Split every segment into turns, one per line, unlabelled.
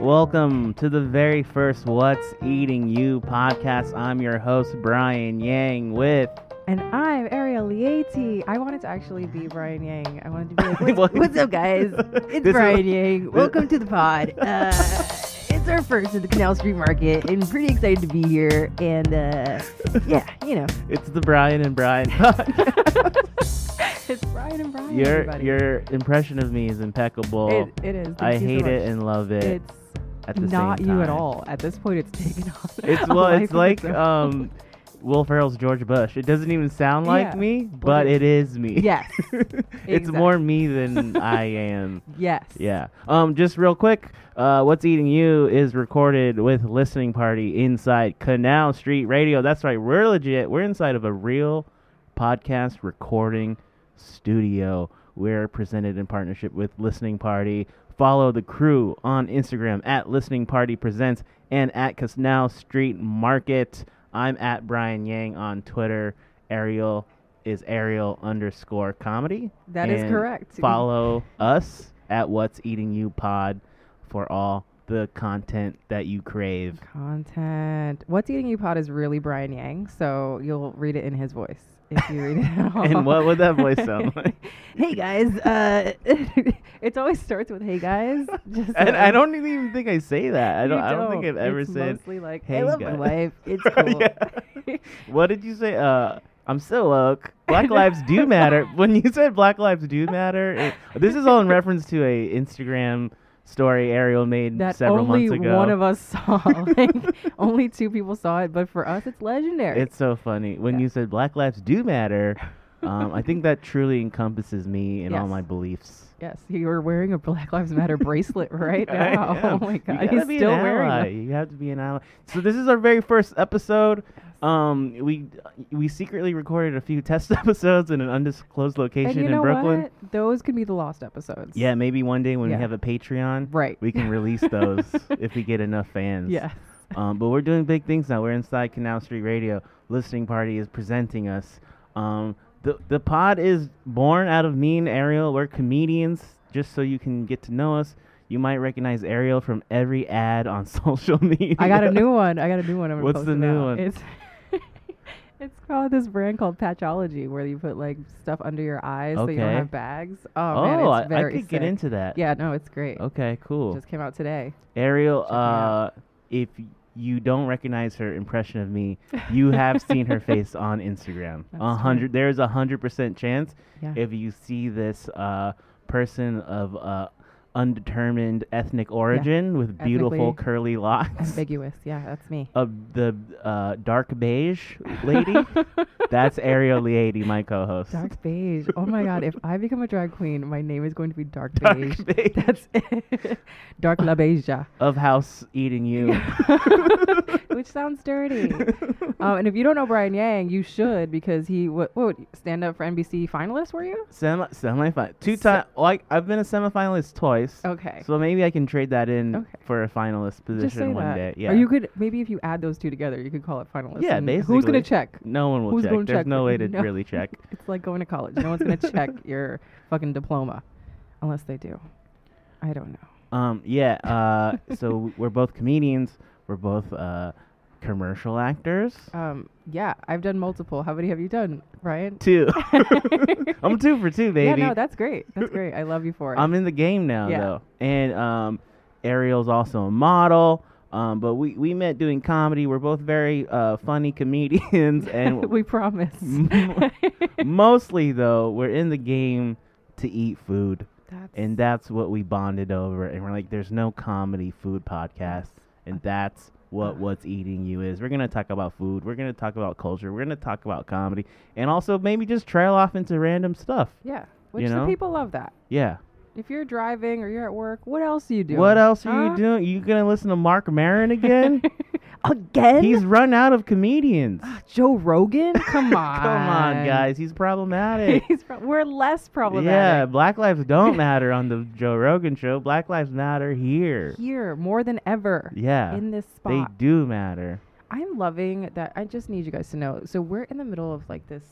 Welcome to the very first What's Eating You podcast. I'm your host, Brian Yang, with.
And I'm Ariel Lieti. I wanted to actually be Brian Yang. I wanted to be like, what's,
What?
what's up, guys? It's
This is-
Brian Yang. Welcome to the pod. Uh, it's our first at the Canal Street Market, and pretty excited to be here. And uh, yeah, you know,
It's the Brian and Brian podcast.
it's Brian and Brian.
your,
everybody.
your impression of me is impeccable.
It, it is. Thank
I
you so
hate it
much.
and love it
It's
at the
not
same
you at
time.
all. Oh, At this point, it's taken on.
It's
a
well,
life
it's
of
like
own.
um, Will Ferrell's George Bush. It doesn't even sound like
Yeah.
me, but
it-
it is me.
Yes.
it's more me than I am.
Yes.
Yeah. Um. Just real quick, uh, what's eating you is recorded with listening party inside Canal Street Radio. That's right. We're legit. We're inside of a real podcast recording studio. We're presented in partnership with Listening Party. Follow the crew on Instagram at Listening Party Presents and at Canal Street Market. I'm at Brian Yang on Twitter. Ariel is Ariel underscore comedy.
That is
And
correct.
Follow us at What's Eating You Pod for all the content that you crave.
Content. What's Eating You Pod is really Brian Yang, so you'll read it in his voice if you read it at all.
And what would that voice sound like?
hey guys. Uh, it always starts with hey guys. Just
And
so
I don't even think I say that. I
you
don't. I don't think I've ever
it's
said.
mostly like,
"Hey,
I love my
guys."
wife. It's cool.
Yeah. What did you say? Uh, I'm so woke. Black lives do matter. When you said Black lives do matter, it- this is all in reference to a Instagram story Ariel made
That
several
only
months ago.
one of us saw. Like, only two people saw it, but for us, it's legendary.
It's so funny when you said Black Lives Do Matter. Um, I think that truly encompasses me and all
Yes.
my beliefs.
Yes, you are wearing a Black Lives Matter bracelet right
I
now. Oh
am.
my god,
you gotta
he's
be
still
an
wearing
ally.
them.
You have to be an ally. So this is our very first episode. Um, we we secretly recorded a few test episodes in an undisclosed
And
location
you
in
know
Brooklyn.
what? Those could be the lost episodes.
Yeah, maybe one day when
Yeah.
we have a Patreon,
Right.
we can release those if we get enough fans.
Yeah.
Um, but we're doing big things now. We're inside Canal Street Radio. Listening Party is presenting us. Um, the the pod is born out of me and Ariel. We're comedians, just so you can get to know us. You might recognize Ariel from every ad on social media.
I got a new one. I got a new one. I'm gonna
What's
post
the
it
new
out.
one?
It's it's called this brand called Patchology, where you put like stuff under your eyes so you don't
Okay.
have bags. Oh,
Oh,
man,
I,
it's
I
very
could get
sick.
into that.
Yeah, no, it's great.
Okay. Cool.
Just came out today.
Ariel,
me
uh,
out.
if you don't recognize her impression of me, you have seen her face on Instagram.
That's
A
right.
hundred. There is a hundred percent chance
Yeah.
if you see this uh, person of uh, undetermined ethnic origin with beautiful
Ethnically
curly locks,
Ambiguous. Yeah, that's me.
of the uh, dark beige Oh, lady. That's Ariel Liadi, my co-host.
Dark beige. Oh my god, if I become a drag queen, my name is going to be Dark,
Dark
beige.
beige.
That's it. Dark La Beige.
of house eating you.
Which sounds dirty. um, and if you don't know Brian Yang, you should because he what, what stand up for NBC finalist were you?
Semi semifinal two time. Like I've been a semifinalist twice.
Okay.
So maybe I can trade that in
Okay.
for a finalist
Just say
position one
that.
day. Yeah.
Or you could maybe if you add those two together, you could call it finalist.
Yeah,
and Who's
basically.
gonna check?
no one will
Who's
check.
gonna
There's
check
no
that?
way to
No.
really check.
It's like going to college. No one's gonna check your fucking diploma, unless they do. I don't know.
Um, yeah. Uh, so we're both comedians. We're both uh, commercial actors.
Um, yeah, I've done multiple. How many have you done, Brian?
Two. I'm two for two, baby.
Yeah, no, that's great. That's great. I love you for it.
I'm in the game now
Yeah.
though, and um, Ariel's also a model. Um, but we, we met doing comedy. We're both very uh, funny comedians, and
we promise.
M- mostly though, we're in the game to eat food,
That's-
and that's what we bonded over. And we're like, there's no comedy food podcast, and that's
Uh.
what what's eating you is. We're gonna talk about food. We're gonna talk about culture. We're gonna talk about comedy, and also maybe just trail off into random stuff.
yeah, which
you know?
the people love that.
Yeah.
If you're driving or you're at work, what else do you do?
What else are you doing? You gonna listen to Mark Maron again?
Again?
He's run out of comedians.
Joe Rogan? Come on.
Come on, guys. He's problematic.
He's pro- we're less
Yeah,
problematic
Black Lives don't matter on the Joe Rogan show. Black Lives matter here.
here more than ever
Yeah,
in this
they
spot.
do matter.
I'm loving that. I just need you guys to know. So we're in the middle of like this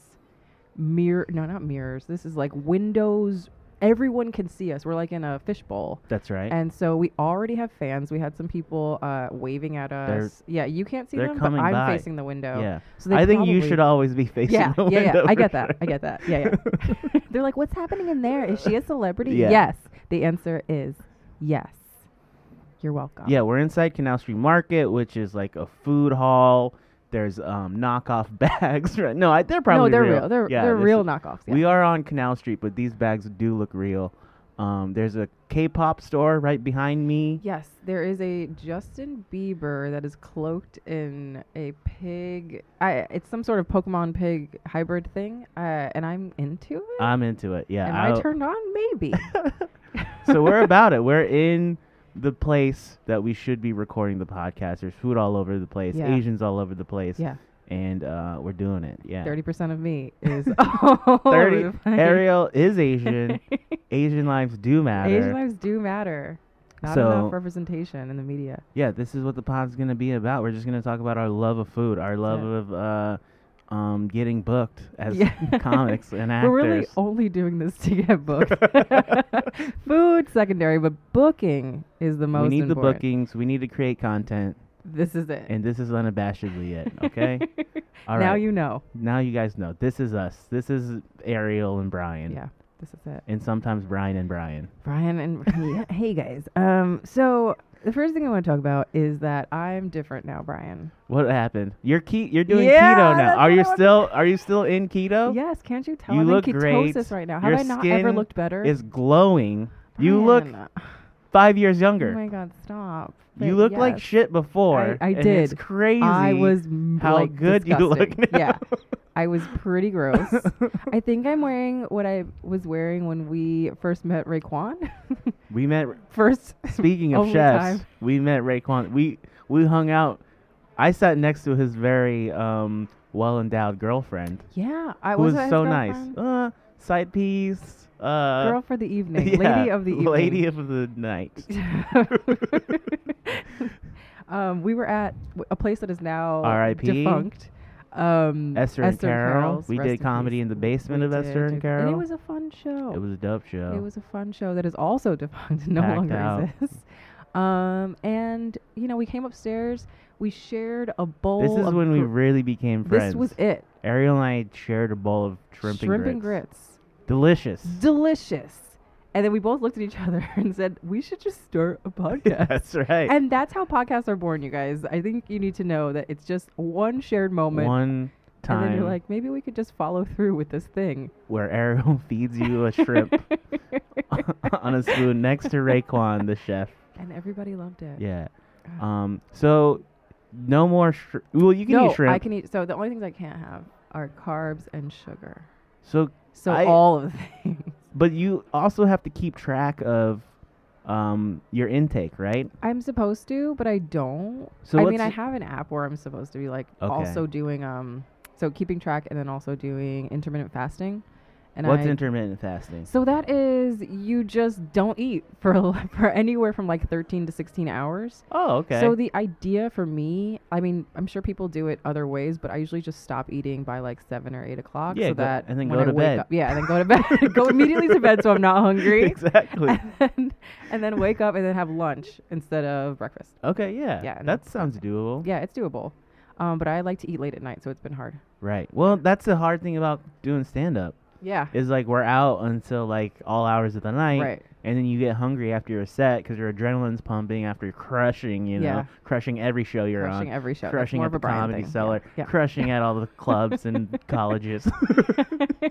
mirror. No, not mirrors. This is like windows everyone can see us. We're like in a fishbowl.
That's right.
And so we already have fans. We had some people uh, waving at us. yeah, you can't see
they're
them, but
coming
I'm
by.
facing the window.
yeah.
So they
I think you
probably-
should always be facing
Yeah,
the
yeah, yeah.
window
I get
for
that. I
sure.
get that. Yeah, yeah. They're like, "What's happening in there? Is she a celebrity?"
Yeah.
Yes. The answer is yes. You're welcome.
Yeah, we're inside Canal Street Market, which is like a food hall. There's um, knockoff bags. Right? No, I, they're probably
no, they're
real.
real. They're
Yeah,
they're
this
real
is-
knockoffs. Yeah.
We are on Canal Street, but these bags do look real. Um, there's a K-pop store right behind me.
Yes, there is a Justin Bieber that is cloaked in a pig. I, it's some sort of Pokemon pig hybrid thing, uh, and I'm into it.
I'm into it. Yeah.
Am
I'll-
I turned on? Maybe.
so we're about it. We're in the place that we should be recording the podcast. There's food all over the place.
Yeah.
Asians all over the place.
Yeah.
And uh, we're doing it. Yeah.
Thirty percent of me is all over
30
the place.
Ariel is Asian. Asian lives do matter.
Asian lives do matter. Not
So-
enough representation in the media.
yeah, this is what the pod's gonna be about. We're just gonna talk about our love of food, our love
Yeah.
of uh, um, getting booked as
Yeah.
comics and actors.
We're really only doing this to get booked. Food secondary, but booking is the most
we need the
important.
bookings. We need to create content,
This is it.
and this is unabashedly it. Okay. All
now
right.
you know.
now you guys know this is us. This is Ariel and Brian,
Yeah, this is it.
and sometimes Brian and Brian.
Brian and hey, hey guys. Um, so the first thing I want to talk about is that I'm different now, Brian.
What happened? You're ke- You're doing
Yeah,
keto now.
that's
Are
what
you
I wanted-
still? Are you still in keto?
Yes, can't you tell?
You
Oh. I'm
look
in
great.
ketosis right now. Have
Your
I not ever
skin
looked better?
Is glowing. You look
Brian,
five years
Oh
younger.
my God! Stop.
you
But
look like
yes,
shit before.
I- I
and It's
did.
crazy.
I was m-
how
like,
good you look
disgusting.
now.
Yeah, I was pretty gross. I think I'm wearing what I was wearing when we first met Raekwon.
We met.
first,
Speaking of
Only
chefs,
time.
we met Raekwon. We we hung out. I sat next to his very um, well endowed girlfriend,
yeah, I
who was
I his
so nice.
girlfriend?
Uh, side piece. Uh,
Girl for the evening,
yeah,
lady of the evening,
lady of the night.
um, we were at w- a place that is now
R.I.P..
defunct. Um,
Esther and Carol.
Carol's,
we
rest
did
in
comedy
peace.
in the basement
We
of
did,
Esther
did-
and Carol.
it was a fun show.
It was a dope show.
It was a fun show that is also defunct and no
Packed
longer
out.
exists. Um, and you know, we came upstairs. We shared a bowl.
this is
of
when we
gr-
really became friends.
This was it.
Ariel and I shared a bowl of shrimp,
Shrimp
and,
and
grits.
grits.
Delicious.
Delicious. And then we both looked at each other and said, "We should just start a podcast."
That's right.
And that's how podcasts are born, you guys. I think you need to know that it's just one shared moment.
One
And then
time
you're like, maybe we could just follow through with this thing.
where Ariel feeds you a shrimp on a spoon next to Raekwon, the chef.
And everybody loved it.
Yeah. Um. So, no more. Sh- well, you can
no,
eat shrimp.
I can eat. So the only things I can't have are carbs and sugar.
so,
So
I-
all of the things.
but you also have to keep track of, um, your intake, right?
I'm supposed to, but I don't.
So
I
what's
mean, I
y-
have an app where I'm supposed to be like
Okay.
also doing um, so keeping track and then also doing intermittent fasting. And
What's
I
intermittent fasting?
So that is you just don't eat for l- for anywhere from like 13 to 16 hours.
Oh, okay.
So the idea for me, I mean, I'm sure people do it other ways, but I usually just stop eating by like seven or eight o'clock,
Yeah,
so
go-
that
and then
when
go
I
to
wake
bed.
Up, yeah, and then go to bed, go immediately to bed, so I'm not hungry,
exactly.
and, then, and then wake up and then have lunch instead of breakfast.
Okay, yeah.
Yeah, and
that sounds doable.
Yeah, it's doable, um, but I like to eat late at night, so it's been hard.
Right. Well, that's the hard thing about doing stand up.
Yeah,
Is like we're out until like all hours of the night.
Right.
And then you get hungry after your set because your adrenaline's pumping after crushing, you know,
Yeah.
crushing every show you're
crushing
on.
every show, That's
Crushing
more
at
of
the
a Brian
comedy
thing.
cellar,
Yeah,
crushing at all the clubs and colleges,
yeah.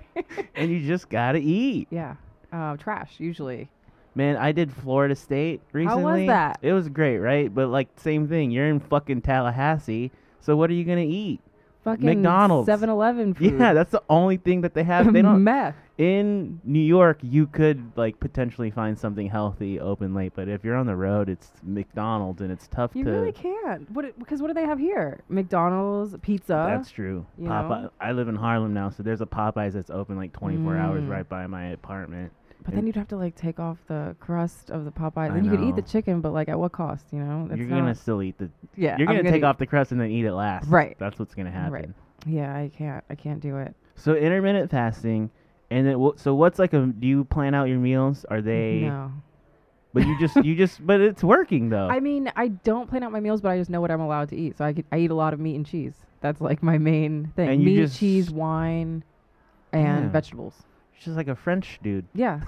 and you just gotta eat.
Yeah. Uh, trash usually.
Man, I did Florida State
How was
recently.
that?
It was great, right? But like, same thing. You're in fucking Tallahassee, so what are you gonna eat?
Fucking
McDonald's.
7-Eleven food.
Yeah, that's the only thing that they have. They don't
meth.
in New York. You could like potentially find something healthy open late, but if you're on the road, it's McDonald's and it's tough
You
to.
really can't. What? Because what do they have here? McDonald's, pizza.
that's true.
you
Popeye.
know?
I live in Harlem now, so there's a Popeyes that's open like 24 hours
Mm.
right by my apartment.
but then you'd have to like take off the crust of the Popeye.
I
Then you could eat the
know.
chicken, but like at what cost? You know. That's
you're
not,
gonna still eat the.
Yeah.
you're
I'm
gonna, take
eat-
off the crust and then eat it last.
Right.
That's what's gonna happen.
Right. Yeah, I can't. I can't do it.
So intermittent fasting And then, wh- so what's like a? Do you plan out your meals? Are they?
No.
But you just, you just, but it's working though.
I mean, I don't plan out my meals, but I just know what I'm allowed to eat. So I could, I eat a lot of meat and cheese. That's like my main thing:
And you
meat,
just-
cheese, wine, and
Damn.
vegetables.
She's just like a French dude.
Yeah,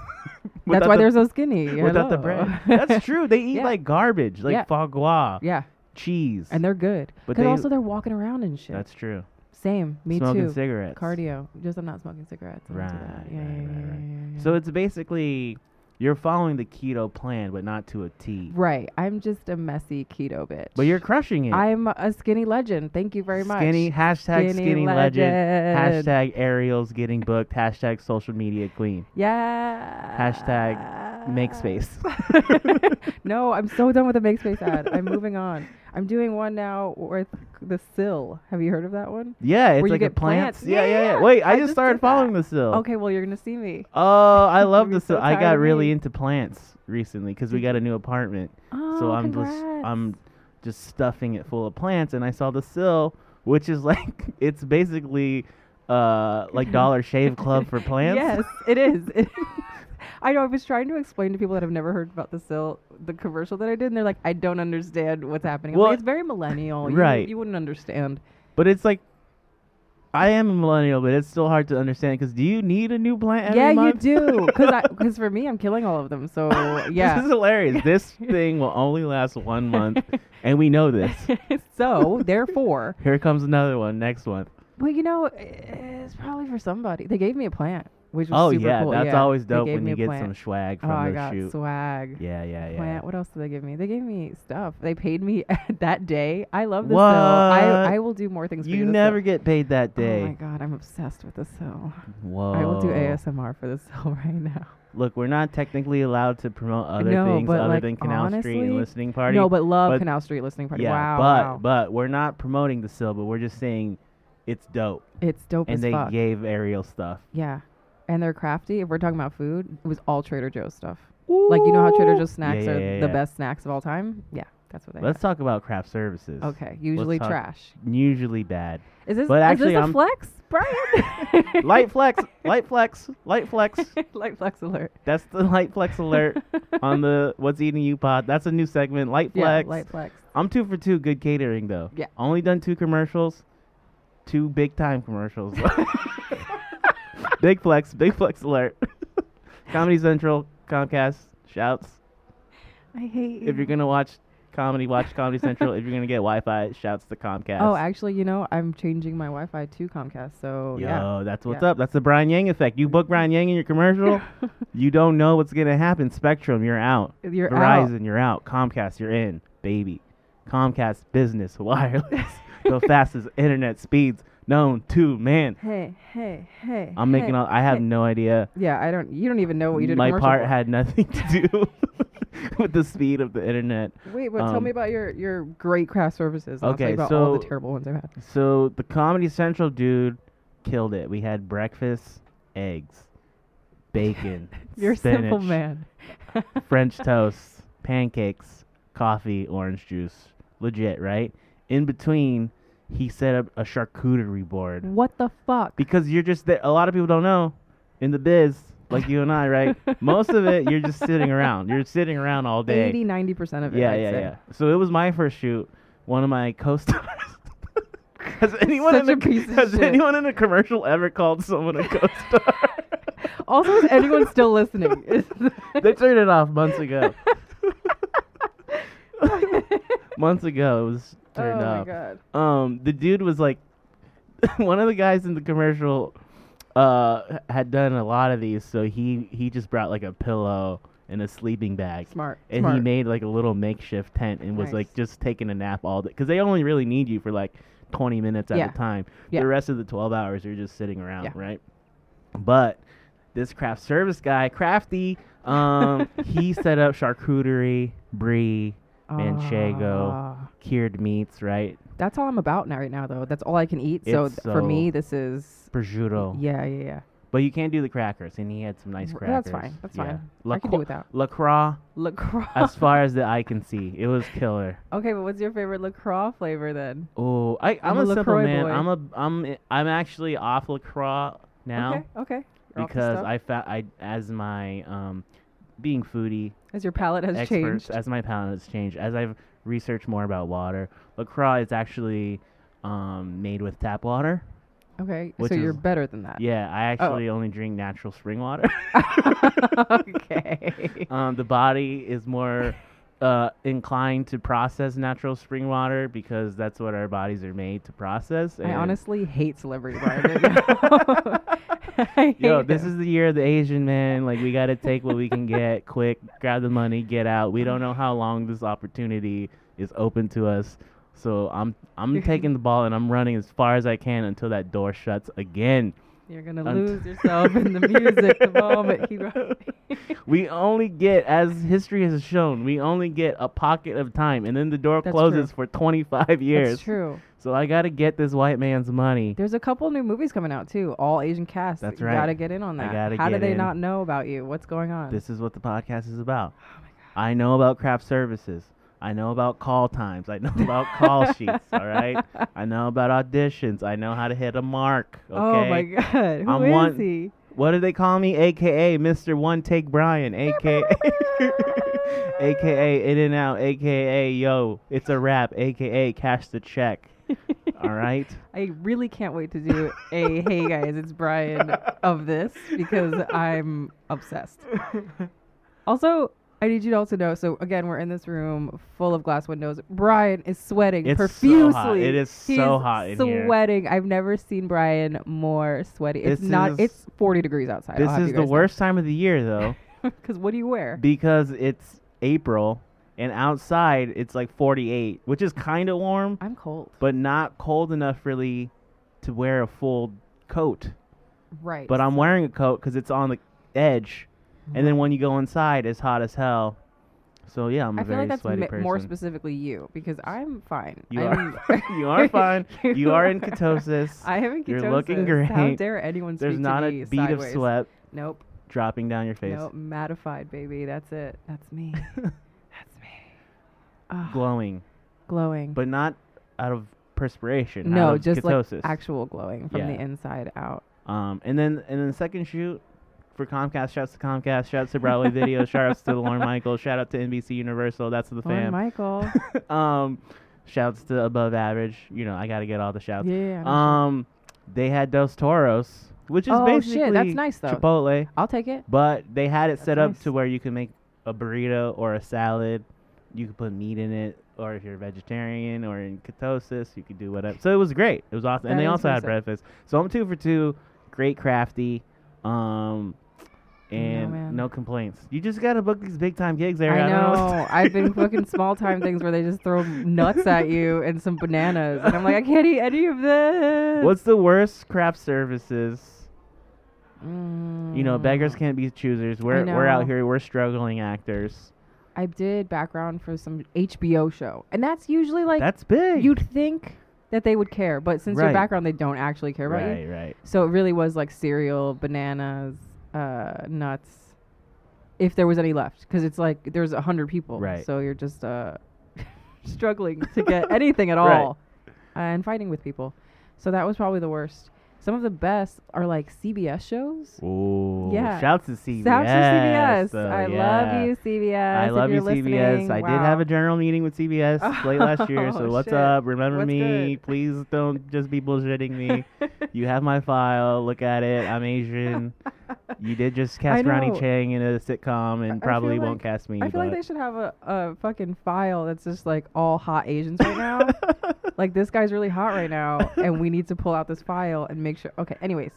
Without
that's why
the-
they're so skinny.
without the
Hello.
bread. That's true. They eat
Yeah.
like garbage, like
Yeah.
foie gras,
yeah,
cheese.
and they're good.
But
But
they-
also they're walking around and shit.
that's true.
Same. Me
Smoking
too.
cigarettes.
Cardio. Just I'm not smoking cigarettes. I don't do that.
Right,
Yeah,
right,
yeah,
right,
yeah,
right.
yeah, yeah,
So
yeah.
it's basically you're following the keto plan, but not to a T.
right. I'm just a messy keto bitch.
But you're crushing it.
I'm a skinny legend. Thank you very much.
Skinny hashtag skinny,
Skinny
legend.
legend.
Hashtag Ariel's getting booked. Hashtag social media queen.
Yeah.
Hashtag Make space.
no, I'm so done with the MakeSpace ad. I'm moving on. I'm doing one now with the Sill. Have you heard of that one?
Yeah, it's
you
like a
get plants.
Yeah, yeah, yeah.
Yeah,
Wait, I,
I
just,
just
started
did that.
following the Sill.
Okay, well you're gonna see me.
Oh, I love
You'd be
the Sill.
so
I
tired
got
of
really
me.
into plants recently because we got a new apartment.
Oh,
so I'm
congrats.
just I'm just stuffing it full of plants, and I saw the Sill, which is like it's basically uh like Dollar Shave Club for plants.
Yes, it is. It is. I know. I was trying to explain to people that have never heard about the Sill, the commercial that I did, and they're like, "I don't understand what's happening." I'm like,
Well,
it's very millennial. You-
right.
You, wouldn't understand.
But it's like I am a millennial, but it's still hard to understand because do you need a new plant every
yeah,
month?
you do. Because because for me, I'm killing all of them. So yeah.
This is hilarious. This thing will only last one month, and we know this.
so therefore,
Here comes another one next month.
Well, you know, it's probably for somebody. They gave me a plant, which was
Oh
super
yeah,
cool.
that's
yeah.
always
They
dope
gave
when
me
you
a
get
plant.
some swag
Oh, I
from the
got
shoot.
swag.
Yeah, yeah, yeah.
Plant. What else did they give me? They gave me stuff. They paid me that day. I love this. Sill.
What?
I I will do more things. for
You
you this
never
Sill.
get paid that day. Oh.
Oh my god, I'm obsessed with this hill.
Whoa.
I will do ASMR for this hill right now.
Look, we're not technically allowed to promote other
No,
things
but,
other
like,
than Canal Street and
honestly-
Listening Party.
no, but love
but-
Canal Street listening party.
yeah,
wow,
but
wow.
but we're not promoting the syllable. We're just saying it's dope,
it's dope
and
as
they
fuck.
gave Ariel stuff.
yeah, and they're crafty. If we're talking about food, it was all Trader Joe's stuff. Like you know how Trader Joe's snacks
Yeah,
are
yeah,
the
yeah.
best snacks of all time? Yeah, that's what they.
Let's talk about craft services.
got. Okay, usually
talk-
trash.
Usually bad.
Is this
But
is
actually,
this a
I'm-
flex, Brian?
Light flex, light flex, light flex.
light flex alert.
That's the light flex alert on the What's Eating You pod. That's a new segment. Light
Yeah,
flex.
light flex.
I'm two for two good catering though.
Yeah.
Only done two commercials, two big time commercials. big flex, big flex alert. Comedy Central, Comcast, shouts.
I hate
If you're gonna watch comedy, watch Comedy Central. if you're gonna get Wi-Fi, shouts to Comcast.
Oh, actually, you know, I'm changing my Wi-Fi to Comcast, so
Yo,
yeah.
that's what's
Yeah.
up. That's the Brian Yang effect. You book Brian Yang in your commercial, you don't know what's gonna happen. Spectrum, you're out.
You're out.
Verizon, you're out. Comcast, you're in, baby. Comcast Business Wireless, the fastest internet speeds known to man.
Hey, hey, hey.
I'm making all. I have no idea.
Yeah, I don't. You don't even know what you did. a
My
commercial
part
for.
had nothing to do with the speed of the internet.
Wait, but tell
um,
me about your your great craft services. and I'll tell
Okay,
you about all
so-
the terrible ones I've had.
So the Comedy Central dude killed it. We had breakfast, eggs, bacon,
You're a
spinach,
simple man.
French toast, pancakes, coffee, orange juice. Legit, right? In between, he set up a charcuterie board
What the fuck?
because you're just there. A lot of people don't know in the biz, like you and I, right? Most of it, you're just sitting around. You're sitting around all day.
80, 90 percent of it.
yeah,
I'd
yeah,
say.
yeah. So it was my first shoot. One of my co-stars. has anyone
Such
in
a
the,
piece of
has
shit.
anyone in a commercial ever called someone a co-star?
Also, is anyone still listening?
they turned it off months ago. months ago, it was turned
oh my
off.
god.
um the dude was like one of the guys in the commercial uh had done a lot of these so he he just brought like a pillow and a sleeping bag
Smart.
and he
smart.
made like a little makeshift tent and was
Nice.
like just taking a nap all day because they only really need you for like 20 minutes at
Yeah.
a time
Yeah.
the rest of the 12 hours you're just sitting around
Yeah.
right but this craft service guy crafty um he set up charcuterie brie manchego
Ah.
cured meats right
that's all I'm about now. Right now, though, that's all I can eat. So,
It's uh,
th- for
so-
me, this is.
prosciutto
Yeah, yeah, yeah.
But you can do the crackers, and he had some nice
R-
crackers.
that's fine, that's fine.
La
I can
Cro-
do without.
La Croix, as
Lacroix.
far as the eye can see, it was killer.
okay, but what's your favorite lacroix flavor then?
Oh, I, I'm,
I'm
a,
a
simple
LaCroix
man.
boy.
I'm a I'm I'm actually off La Croix now.
Okay. Okay. Or off the
because
stuff?
I found I as my um, being foodie
as your palate has
expert
changed.
as my palate has changed as I've researched more about water. Lacroix is actually um, made with tap water.
Okay,
which
so you're
is-
better than that.
Yeah, I
Oh.
actually only drink natural spring water.
okay.
um, the body is more uh, inclined to process natural spring water because that's what our bodies are made to process.
I
and-
honestly hate celebrity Ryan right now. I
Yo,
hate
this
him.
is the year of the Asian man. Like, we got to take what we can get quick, grab the money, get out. We don't know how long this opportunity is open to us. So I'm I'm taking the ball and I'm running as far as I can until that door shuts again.
You're gonna
Unt-
lose yourself in the music the moment he.
We only get, as history has shown, we only get a pocket of time, and then the door
That's
closes for 25 years.
That's true.
So I gotta get this white man's money.
There's a couple new movies coming out too, all Asian cast.
That's
you
right.
Gotta get in on
I
that.
gotta
How do
get
they
in.
not know about you? What's going on? Oh
This is what the podcast is about. I know about craft services. I know about call times. I know about call sheets. All right. I know about auditions. I know how to hit a mark. Okay.
Oh my God! Who
I'm
is
one-
he?
What do they call me? AKA Mr. One Take Brian. AKA. AKA In and Out. AKA Yo. It's a wrap. AKA Cash the Check. All right.
I really can't wait to do a hey guys, it's Brian of this because I'm obsessed. Also, I need you to also know. So again, we're in this room full of glass windows. Brian is sweating
It's
profusely.
so hot. It is
He's
so hot in here.
sweating. I've never seen Brian more sweaty. It's
This
not.
is-
it's 40 degrees outside.
This is the worst time of the year, though.
Because what do you wear?
because it's April and outside it's like 48, which is kind of warm,
I'm cold.
but not cold enough really to wear a full coat.
Right.
But I'm wearing a coat because it's on the edge, and
Mhm.
then when you go inside, it's hot as hell. So yeah, I'm a
I feel
very
like that's
sweaty
mi-
person.
more specifically you because I'm fine.
You
I'm,
are you are fine.
You
you are in
are-
ketosis.
I haven't ketosis.
You're looking
How
great.
dare anyone speak
There's
to
not a
me
bead
sideways.
of sweat
Nope.
dropping down your face,
Nope. Mattified, baby. That's it. That's me. That's me. Ah,
glowing,
glowing.
but not out of perspiration. out
no,
of
just
ketosis.
like actual glowing from the
Yeah.
inside out.
Um, and then and then the second shoot for Comcast. Shouts to Comcast. Shouts to Broadway Video. Shouts to Lauren Michaels. Shout out to NBC Universal. That's the
Lauren
fam.
Michael.
um, shouts to Above Average. You know, I gotta get all the shouts.
yeah. I'm sure.
um, they had Dos Toros, which is
Oh, shit,
basically
that's nice, though.
Chipotle,
I'll take it.
but they had it
That's
set up
nice.
to where you can make a burrito or a salad. You could put meat in it, or if you're a vegetarian or in ketosis, you could do whatever. So it was great. It was awesome, and
That
they
is
also had
pretty sick.
breakfast. So I'm two for two. Great crafty, um, and no,
man.
complaints. You just gotta book these big time gigs,
I
Ariana.
know. I've been booking small time things where they just throw nuts at you and some bananas, and I'm like, I can't eat any of this.
What's the worst craft services? You know,
Mm.
beggars can't be choosers. We're we're out
know.
here. We're struggling actors.
I did background for some HBO show, and that's usually like
That's big.
you'd think that they would care, but since
Right.
your background, they don't actually care about
right,
you.
right.
So it really was like cereal, bananas, uh, nuts, if there was any left, because it's like there's a hundred people,
Right.
So you're just uh, struggling to get anything at
Right.
all, uh, and fighting with people. So that was probably the worst. Some of the best are like CBS shows.
Ooh,
Yeah.
Shouts to CBS.
Sounds CBS.
though,
I
yeah.
love you, CBS.
I
if
love
you're
you, CBS.
listening.
I did
Wow.
have a general meeting with CBS late last year, so
Oh,
what's
shit.
up? Remember
What's
me.
good?
Please don't just be bullshitting me. you have my file. Look at it. I'm Asian. you did just cast Ronnie
know.
Chang in a sitcom and
I
probably
feel
won't
like-
cast me.
I feel like they
but-
should have a, a fucking file that's just like all hot Asians right now. like this guy's really hot right now, and we need to pull out this file and make sure. Okay, anyways,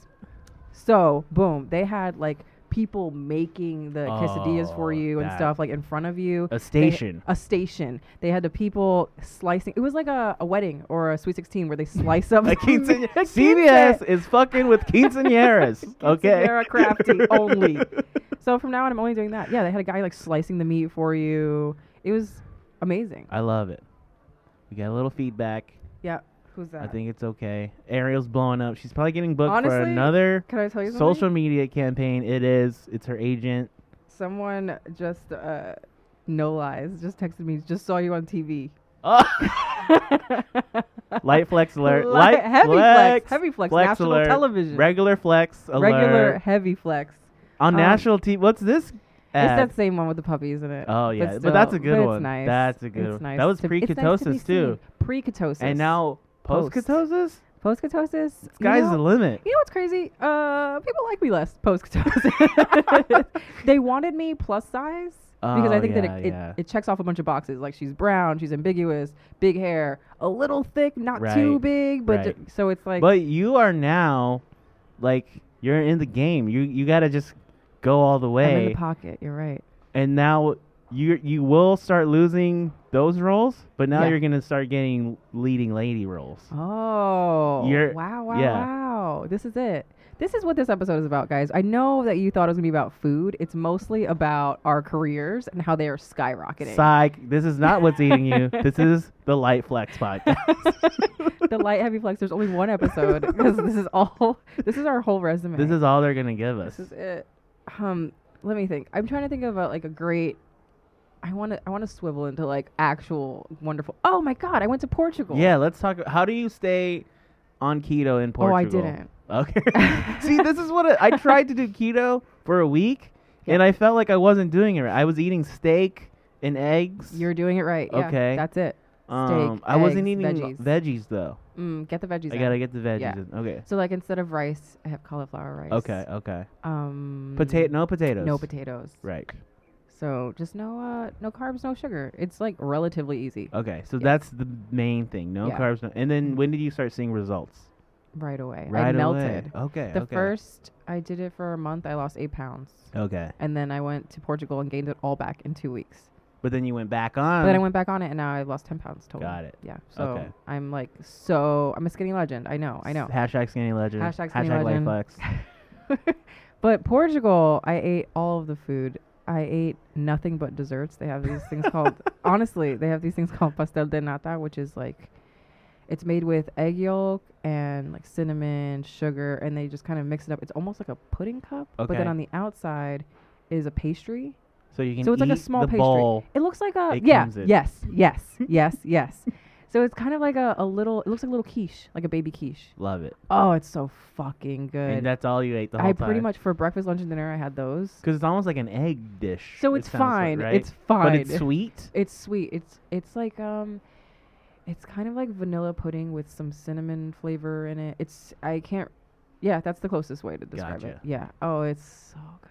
so boom, they had like people making the quesadillas
Oh,
for you and
that-
stuff like in front of you.
a station.
a station. They had the people slicing. It was like a, a wedding or a sweet sixteen where they slice up
A
the
quinceañera.
meat. A
CBS is fucking with quinceañeras. okay.
Quinceañera crafty only. So from now on, I'm only doing that. Yeah, they had a guy like slicing the meat for you. It was amazing.
I love it. We got a little feedback.
Yeah. Who's that?
I think it's okay. Ariel's blowing up. She's probably getting booked for
Honestly,
another
Can I tell you something?
social media campaign. It is. It's her agent.
Someone just, uh, no lies, just texted me, just saw you on TV.
Oh. Light flex alert.
Li-
Light
heavy
flex.
Heavy flex.
flex
national
alert.
television.
Regular flex alert.
Regular heavy flex.
on
um,
national TV. What's this? Ad?
It's that same one with the puppy, isn't it?
Oh yeah, but,
still-
that's a good
but it's
one.
nice.
That's a good
It's
one.
nice
that was
to-
pre
it's nice to
ketosis
be
too,
seen. Pre-ketosis.
and now post
Post.
ketosis.
post-ketosis.
Sky's
you know,
the limit.
You know what's crazy? Uh, people like me less post-ketosis. they wanted me plus size because
Oh,
I think
yeah,
that it,
yeah.
it, it checks off a bunch of boxes. Like she's brown, she's ambiguous, big hair, a little thick, not too
Right,
big, but
right.
ju- so it's like
but you are now, like you're in the game. You you gotta just go all the
I'm in
way,
the pocket. You're right.
and now you you will start losing those roles. But now
Yeah.
you're gonna start getting leading lady roles.
Oh,
You're-
wow, wow,
yeah.
wow. This is it. This is what this episode is about, guys. I know that you thought it was going to be about food. It's mostly about our careers and how they are skyrocketing.
Psych. This is not what's eating you. This is the light flex podcast.
the light heavy flex, there's only one episode because this is all, this is our whole resume.
this is all they're gonna give us.
this is it. Um, let me think. I'm trying to think of a, like a great, I want to, I want to swivel into like actual wonderful. Oh my God, I went to Portugal.
Yeah, let's talk. How do you stay on keto in
Oh, I
Portugal?
didn't.
Okay. See, this is what I, I tried to do keto for a week, and I felt like I wasn't doing it. right. I was eating steak and eggs.
You're doing it right. Yeah,
Okay.
That's it.
um,
steak,
I wasn't
eggs,
eating
veggies.
though.
Mm, get the veggies.
I
in.
gotta get the veggies.
Yeah.
In. Okay.
So like instead of rice, I have cauliflower rice.
Okay. Okay.
Um.
Potato. No potatoes.
No potatoes.
Right.
So just no uh no carbs, no sugar. It's like relatively easy
Okay. So
Yeah.
that's the main thing. No
Yeah.
carbs. No. And then when did you start seeing results?
right away.
Right
I
away.
melted.
Okay.
The
okay.
first I did it for a month. I lost eight pounds,
Okay.
and then I went to Portugal and gained it all back in two weeks.
But then you went back
But
on.
then I went back on it, and now I lost ten pounds total.
Um, Got it.
Yeah. So
Okay.
I'm like so I'm a skinny legend. I know. I know.
Hashtag skinny legend.
Hashtag skinny
Hashtag
legend.
life flex.
but Portugal, I ate all of the food. I ate nothing but desserts. They have these things called honestly, they have these things called pastel de nata, which is like it's made with egg yolk and like cinnamon, sugar, and they just kind of mix it up. It's almost like a pudding cup, but
Okay.
then on the outside is a pastry.
So you can
So it's
eat
like a small
the
pastry.
bowl.
It looks like a
It
yeah,
comes in.
yes, yes, yes, yes. So it's kind of like a, a little. It looks like a little quiche, like a baby quiche.
Love it.
Oh, it's so fucking good.
And that's all you ate the whole
I
time.
pretty much for breakfast, lunch, and dinner I had those.
because it's almost like an egg dish.
So
it
it's
sounds like,
fine.
right?
It's fine.
but it's sweet.
It's sweet. It's it's like um, it's kind of like vanilla pudding with some cinnamon flavor in it. It's I can't. Yeah, that's the closest way to describe it.
Gotcha.
Yeah. Oh, it's so good.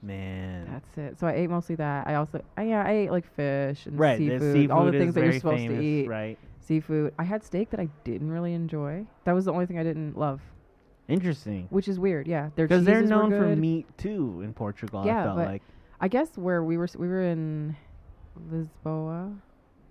Man,
That's it. So I ate mostly that. I also I, yeah I ate like fish and
right?
seafood,
the seafood
all the
is
things that you're
very
supposed
famous,
to eat.
right?
Seafood. I had steak that I didn't really enjoy. That was the only thing I didn't love,
Interesting.
which is weird. Yeah, their
Because they're
cheeses were
known for
good.
meat too in Portugal. I
Yeah,
felt
but-
like
I guess where we were s- we were in Lisboa,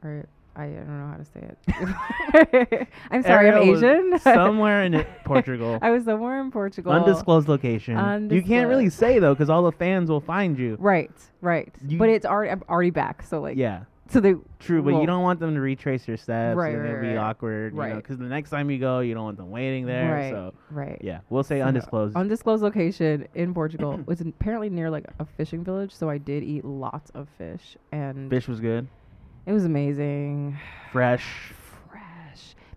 or I, I don't know how to say it. I'm sorry, I'm
Ariel was
Asian.
somewhere in it- Portugal,
I was somewhere in Portugal.
undisclosed location. You can't really
Undisclosed.
say though, because all the fans will find you.
Right, right.
You-
but it's already I'm already back. So like
Yeah,
So they
true. But you
Well-
don't want them to retrace your steps,
Right,
and it'll
right,
be
right.
awkward. You know,
Right.
because the next time you go, you don't want them waiting there.
Right.
So
right.
yeah, we'll say
So,
undisclosed.
Undisclosed location in Portugal. It's apparently near like a fishing village, so I did eat lots of fish, and
Fish was good,
it was amazing.
fresh.
fresh.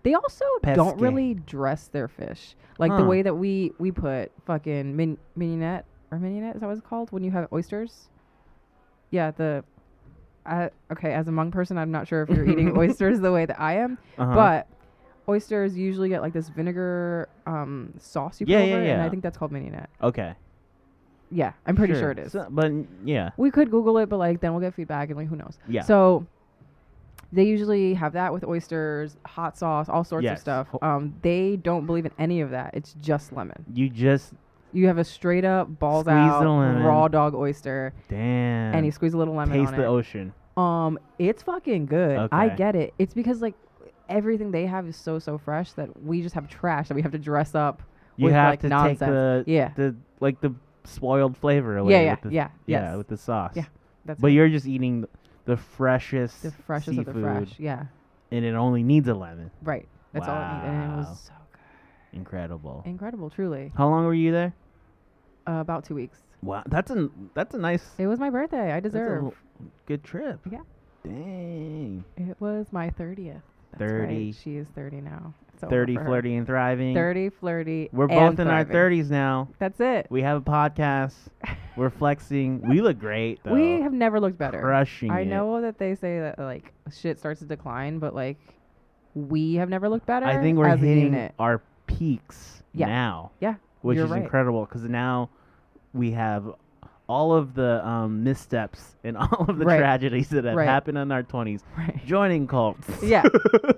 They also
Pesque.
don't really dress their fish like
Huh.
the way that we we put fucking min, mignonette or mignonette is that what it's called when you have oysters. Yeah, the. I, okay, as a Hmong person, I'm not sure if you're eating oysters the way that I am,
Uh-huh.
but oysters usually get like this vinegar um, sauce you
Yeah,
put
yeah,
over it, and
yeah.
I think that's called mignonette.
okay,
Yeah, I'm pretty sure, it is.
So- but yeah,
we could Google it, but like then we'll get feedback and like who knows.
yeah.
So they usually have that with oysters, hot sauce, all sorts
Yes.
of stuff.
Ho-
Um, they don't believe in any of that. It's just lemon.
you just
You have a straight up balls
Squeeze
out
the lemon.
raw dog oyster,
damn.
and you squeeze a little lemon
taste
on
the
it.
ocean.
um, it's fucking good. I
Okay.
get it. It's because like everything they have is so so fresh that we just have trash that we have to dress up.
You
with,
have
like,
to
nonsense.
take the
yeah.
the like the spoiled flavor away.
Yeah, yeah,
with the,
yeah,
yeah,
yes.
with the sauce.
Yeah, That's
but
it.
you're just eating th- the freshest,
the freshest
seafood,
of the fresh. Yeah,
and it only needs a lemon.
right. That's all it needs, and it
Wow.
was so good,
Incredible.
incredible, truly.
How long were you there?
Uh, about two weeks.
Wow, that's a that's a nice,
It was my birthday. I
that's a
deserve.
l- good trip.
Yeah.
Dang.
It was my 30th. That's right,
30,
She is 30 now. It's over
30
for her.
flirty and thriving.
30 flirty.
We're
and
both in our
thriving.
30s now.
That's it.
We have a podcast. We're flexing. We look great though.
We have never looked better.
crushing
I
it.
know that they say that like shit starts to decline, but like we have never looked better.
I think we're
as a
hitting
unit.
our peaks
Yeah.
now.
Yeah,
Which
you're
is
right.
incredible because now we have all of the um, missteps and all of the
Right.
tragedies that have
Right.
happened in our 20s.
Right.
Joining cults.
Yeah.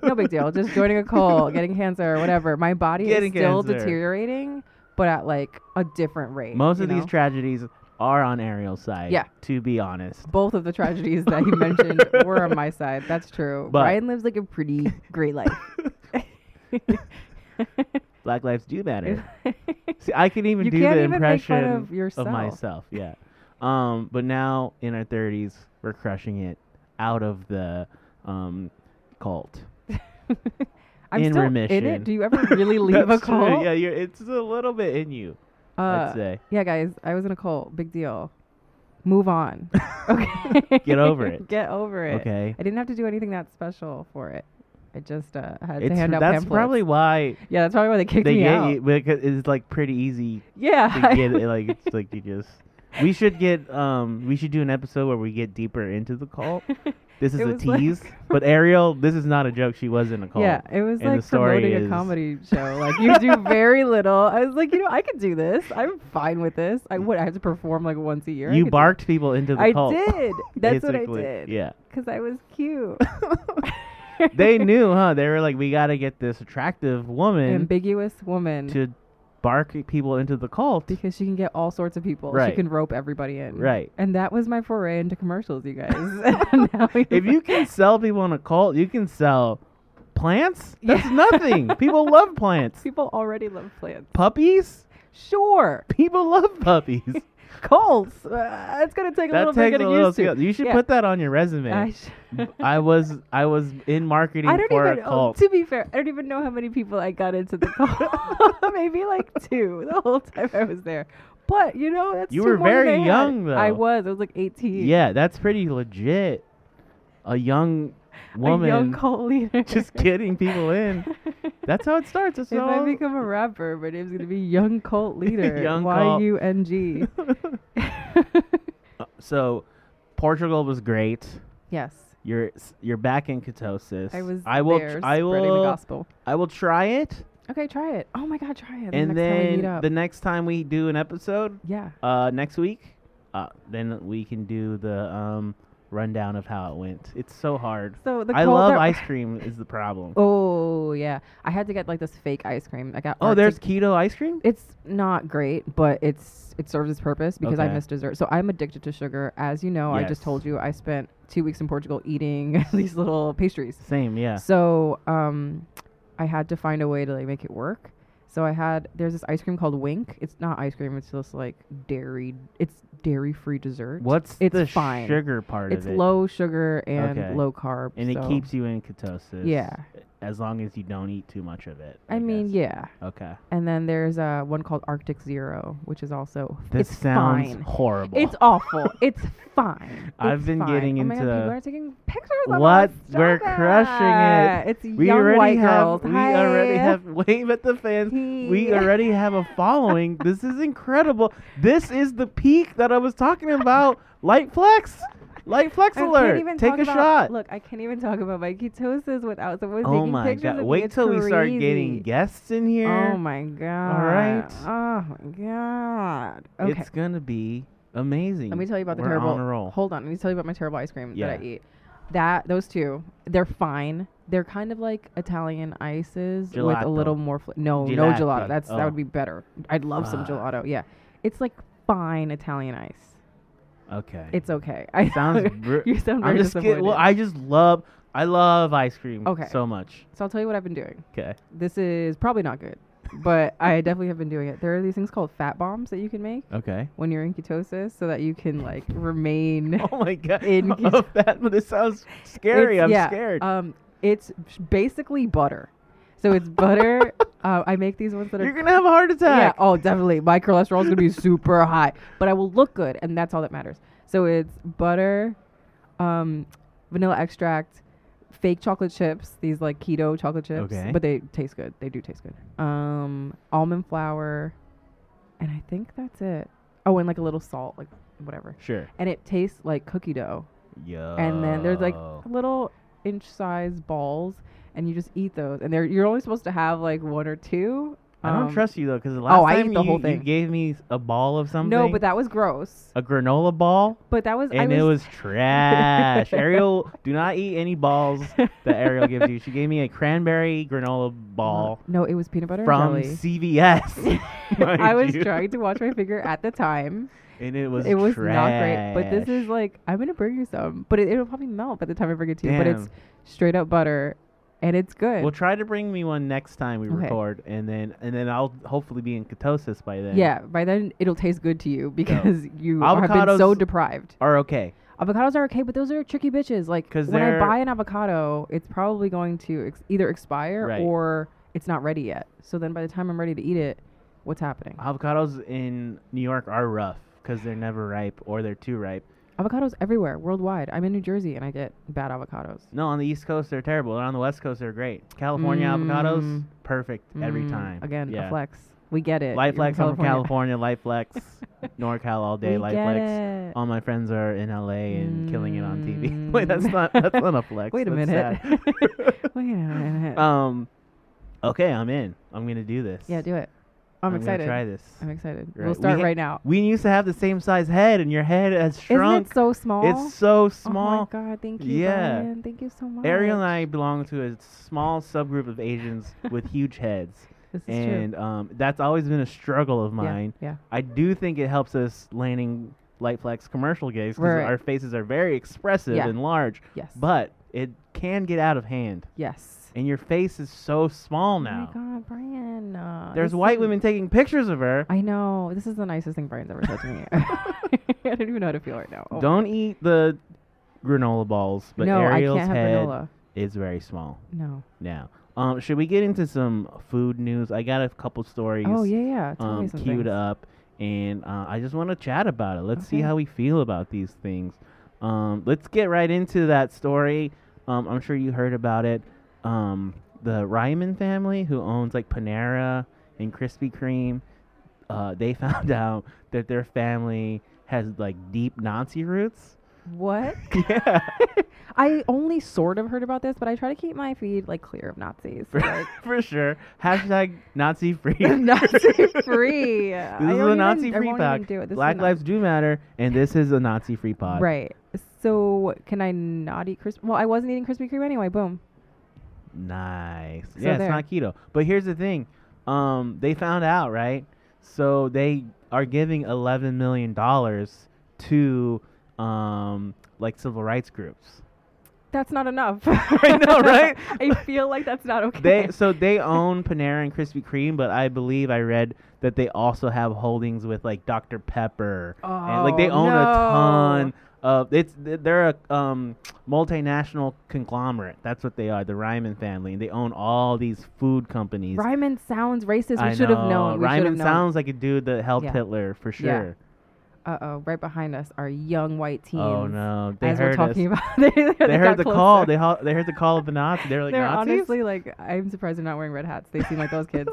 No big deal. Just joining a cult, getting cancer, or whatever. My body
Getting
is still
cancer.
deteriorating, but at like a different rate.
Most
you
of these
know?
tragedies are on Ariel's side.
Yeah.
To be honest.
both of the tragedies that he mentioned were on my side. That's true.
But-
Ryan lives like a pretty great life.
Black lives do matter. See, I can even
You
do
can't
the
even make fun
impression
of yourself.
myself. Yeah. Um, but now in our 30s, we're crushing it out of the um, cult.
I'm
in
still in
remission.
it. Do you ever really leave a
That's true.
cult?
Yeah, you're, it's a little bit in you,
Uh,
I'd say.
Yeah, guys, I was in a cult. Big deal. Move on. Okay.
Get over it.
Get over it.
Okay.
I didn't have to do anything that special for it. I just uh, had to
It's,
hand out
that's
pamphlets.
probably why
yeah, that's probably why they kicked
they
me
get
out.
you because it's like pretty easy
yeah.
to get it. Like it's like you just. We should get um. We should do an episode where we get deeper into the cult. This is
It
a
was like-
tease, but Ariel, this is not a joke. She was in a cult.
Yeah, it was
And the
like
story
promoting
is-
a comedy show. Like you do very little. I was like, you know, I could do this. I'm fine with this. I would. I have to perform like once a year. I
you
could do-
barked people into the
I
cult.
did. That's what I
basically.
did.
Yeah.
because I was cute.
They knew, huh? They were like, we got to get this attractive woman
ambiguous woman
to bark people into the cult.
because she can get all sorts of people.
Right.
She can rope everybody in.
Right.
And that was my foray into commercials, you guys. And now we-
If you can sell people in a cult, you can sell plants. That's
Yeah.
nothing. People love plants.
people already love plants.
Puppies?
Sure,
People love puppies.
cults. Uh, it's gonna take a little
that
bit
takes a
getting
little
used to.
skill. You should
Yeah.
put that on your resume.
I
I,
sh-
was I was in marketing
I don't
for
even.
a
Oh,
cult.
to be fair, I don't even know how many people I got into the cult. Maybe like two the whole time I was there. But you know, that's
You
two
were
more than
very
I had.
young, though.
I was. I was like eighteen.
yeah, that's pretty legit. A young
a
woman
young cult leader.
just getting people in. That's how it starts. That's
If I
all-
become a rapper, my name's gonna be Young Cult Leader.
Young Cult.
Y U N G.
so Portugal was great.
Yes,
You're you're back in ketosis.
I was.
I will.
There,
I
Spreading the
will.
gospel.
I will try it.
Okay, try it. Oh my God, try it. the
and
next time we meet
then
up.
the next time we do an episode
yeah.
uh, next week, uh, then we can do the um, rundown of how it went. It's so hard.
So the
I
cult
love
that-
ice cream is the problem.
Oh yeah, I had to get like this fake ice cream. I got.
Oh,
Arctic-
there's keto ice cream.
It's not great, but it's it serves its purpose because
Okay.
I miss dessert. So I'm addicted to sugar, as you know. I
Yes.
just told you I spent two weeks in Portugal eating these little pastries.
Same, yeah.
So um, I had to find a way to like make it work. So I had there's this ice cream called Wink. It's not ice cream. It's just like dairy. It's dairy free dessert.
What's
it's
the
fine.
sugar part
It's
of it?
low sugar and
Okay.
low carb.
and
so-
it keeps you in ketosis.
Yeah.
as long as you don't eat too much of it.
I, mean,
guess.
yeah.
Okay,
And then there's uh, one called Arctic Zero, which is also
this
it's
sounds
fine.
horrible.
It's awful. it's fine.
I've
It's
been
fine.
getting
oh my
into-
God, people are taking pictures. Of
What?
us.
We're
Stop
crushing
it. It's
we
young
already
white
have.
girls.
We
Hi.
already have. Wave at the fans. We
Hey.
already have a following. this is incredible. This is the peak that I was talking about. Light flex. Light flex
I can't
alert.
even
Take
talk
a
about-
shot.
Look, I can't even talk about my ketosis without someone
oh
taking
my
pictures of
god!
me.
Wait
It's
till we start getting
crazy.
guests in here.
Oh my god!
right.
Oh my god. Okay.
It's gonna be amazing.
Let me tell you about the
We're
terrible.
on a roll.
Hold on. Let me tell you about my terrible ice cream that I
Yeah.
eat. That those two, they're fine. They're kind of like Italian ices with a
Gelato.
little more. Fl- no, no
Gelati.
gelato. That's
Oh.
that would be better. I'd love some
Fuck.
gelato. Yeah, it's like fine Italian ice.
Okay.
It's okay. I
Sounds br-
you sound
I'm
very
just
disappointed.
kidding. Well, I just love I love ice cream
Okay.
so much.
so I'll tell you what I've been doing.
Okay.
This is probably not good, but I definitely have been doing it. There are these things called fat bombs that you can make
Okay.
when you're in ketosis, so that you can like remain.
Oh my god.
In-
oh, that this sounds scary.
It's-
I'm
yeah,
scared.
Um, it's sh- basically butter. So it's butter. uh, I make these ones that
You're
are.
going to have a heart
Yeah.
attack.
Oh, definitely. My cholesterol's gonna be super high, but I will look good, and that's all that matters. So it's butter, um, vanilla extract, fake chocolate chips, these like keto chocolate chips,
Okay.
but they taste good. They do taste good. Um, almond flour, and I think that's it. Oh, and like a little salt, like whatever.
Sure.
And it tastes like cookie dough.
Yo.
And then there's like
Oh.
little inch size balls, and you just eat those. And they're you're only supposed to have like one or two.
I don't
Um,
trust you though, because the last
I ate
time
the
you,
whole
you
thing.
gave me a ball of something.
No, but that was gross.
a granola ball,
But that was I
and it was trash. Ariel, do not eat any balls that Ariel gives you. She gave me a cranberry granola
Uh-huh.
ball
No, it was peanut butter
from
and jelly.
CVS. mind
I was
you.
trying to watch my figure at the time.
and it was
it was
trash.
not great. But this is like I'm gonna bring you some, but it, it'll probably melt by the time I bring it to you. But it's
Damn.
straight up butter, and it's good.
Well, try to bring me one next time we
Okay.
record, and then and then I'll hopefully be in ketosis by then.
yeah, by then it'll taste good to you because you have been
Avocados-
so deprived.
Or okay.
Avocados are okay, but those are tricky bitches. Like
'Cause
when I
they're-
buy an avocado, it's probably going to ex- either expire
Right.
or it's not ready yet. So then by the time I'm ready to eat it, what's happening?
Uh-huh. Avocados in New York are rough because they're never ripe or they're too ripe.
Avocados everywhere, worldwide. I'm in New Jersey and I get bad avocados.
No, on the East Coast they're terrible, and on the West Coast they're great. California
Mm.
avocados, perfect every
Mm,
time.
Again,
yeah.
a flex. We get it.
Life
You're
Flex, I'm from California. Life Flex, NorCal all day.
We
Life
get
Flex. Um,
it.
All my friends are in LA and killing it on TV. Wait, that's
Mm.
not that's not a flex.
Wait a
that's
minute.
sad.
Wait a minute.
um, okay, I'm in. I'm gonna do this.
yeah, do it. I'm,
gonna
excited.
Try this.
I'm excited.
Right. We
We'll start
ha-
right now.
We used to have the same size head, and your head has shrunk.
Isn't it so small?
It's so
Oh
small.
my god! Thank you,
Yeah.
Brian. Thank you so much.
Ariel and I belong to a small subgroup of Asians with huge heads,
This is
and um, that's always been a struggle of
true. Yeah,
mine.
Yeah.
I do think it helps us landing light flex commercial gigs because
Right.
our faces are very expressive
Yeah.
and large,
Yes.
but it can get out of hand.
yes.
And your face is so small
Oh
now.
my god, Brian. Uh,
There's
this
white
is-
women taking pictures of her.
I know. This is the nicest thing Brian's ever said to me. I don't even know how to feel right now. Oh.
Don't eat the granola balls, but
no,
Ariel's
I can't
head
have granola.
is very small
No.
now. Um, should we get into some food news? I got a couple stories
Oh yeah, yeah. Tell me
um,
some
queued
things.
up, and uh, I just want to chat about it. Let's see
Okay.
how we feel about these things. Um, let's get right into that story. Um, I'm sure you heard about it. Um, the Ryman family, who owns like Panera and Krispy Kreme, uh, they found out that their family has like deep Nazi roots.
What?
yeah.
I only sort of heard about this, but I try to keep my feed like clear of Nazis.
For,
like,
for sure. Hashtag Nazi free.
Nazi free. I
This is
don't
a
even-
Nazi
I
free
won't
pack.
even do it. This is
Black
a
lives do matter, and this is a Nazi free pod.
Right. So can I not eat Krispy? Well, I wasn't eating Krispy Kreme anyway. Boom.
Nice.
So
yeah,
there.
it's not keto. But here's the thing. Um, they found out, right? So they are giving eleven million dollars to um like civil rights groups.
That's not enough.
I know, right?
I feel like that's not okay.
They so they own Panera and Krispy Kreme, but I believe I read that they also have holdings with like Dr. Pepper. and like they
Oh,
own a ton
no.
of it's th- they're a um, multinational conglomerate. That's what they are, the Ryman family. And they own all these food companies.
Ryman sounds racist.
I
We should have
know.
known. We should
Ryman
have known.
sounds like a dude that helped
Yeah.
Hitler for
Yeah.
sure.
Uh oh! Right behind us are young white teens.
Oh no, they
as
heard
we're talking
us.
about, they,
They,
got
heard the call.
closer.
They ho- they heard the call of the Nazi. They're like
they're
Nazis.
honestly like I'm surprised they're not wearing red hats. They seem like those kids.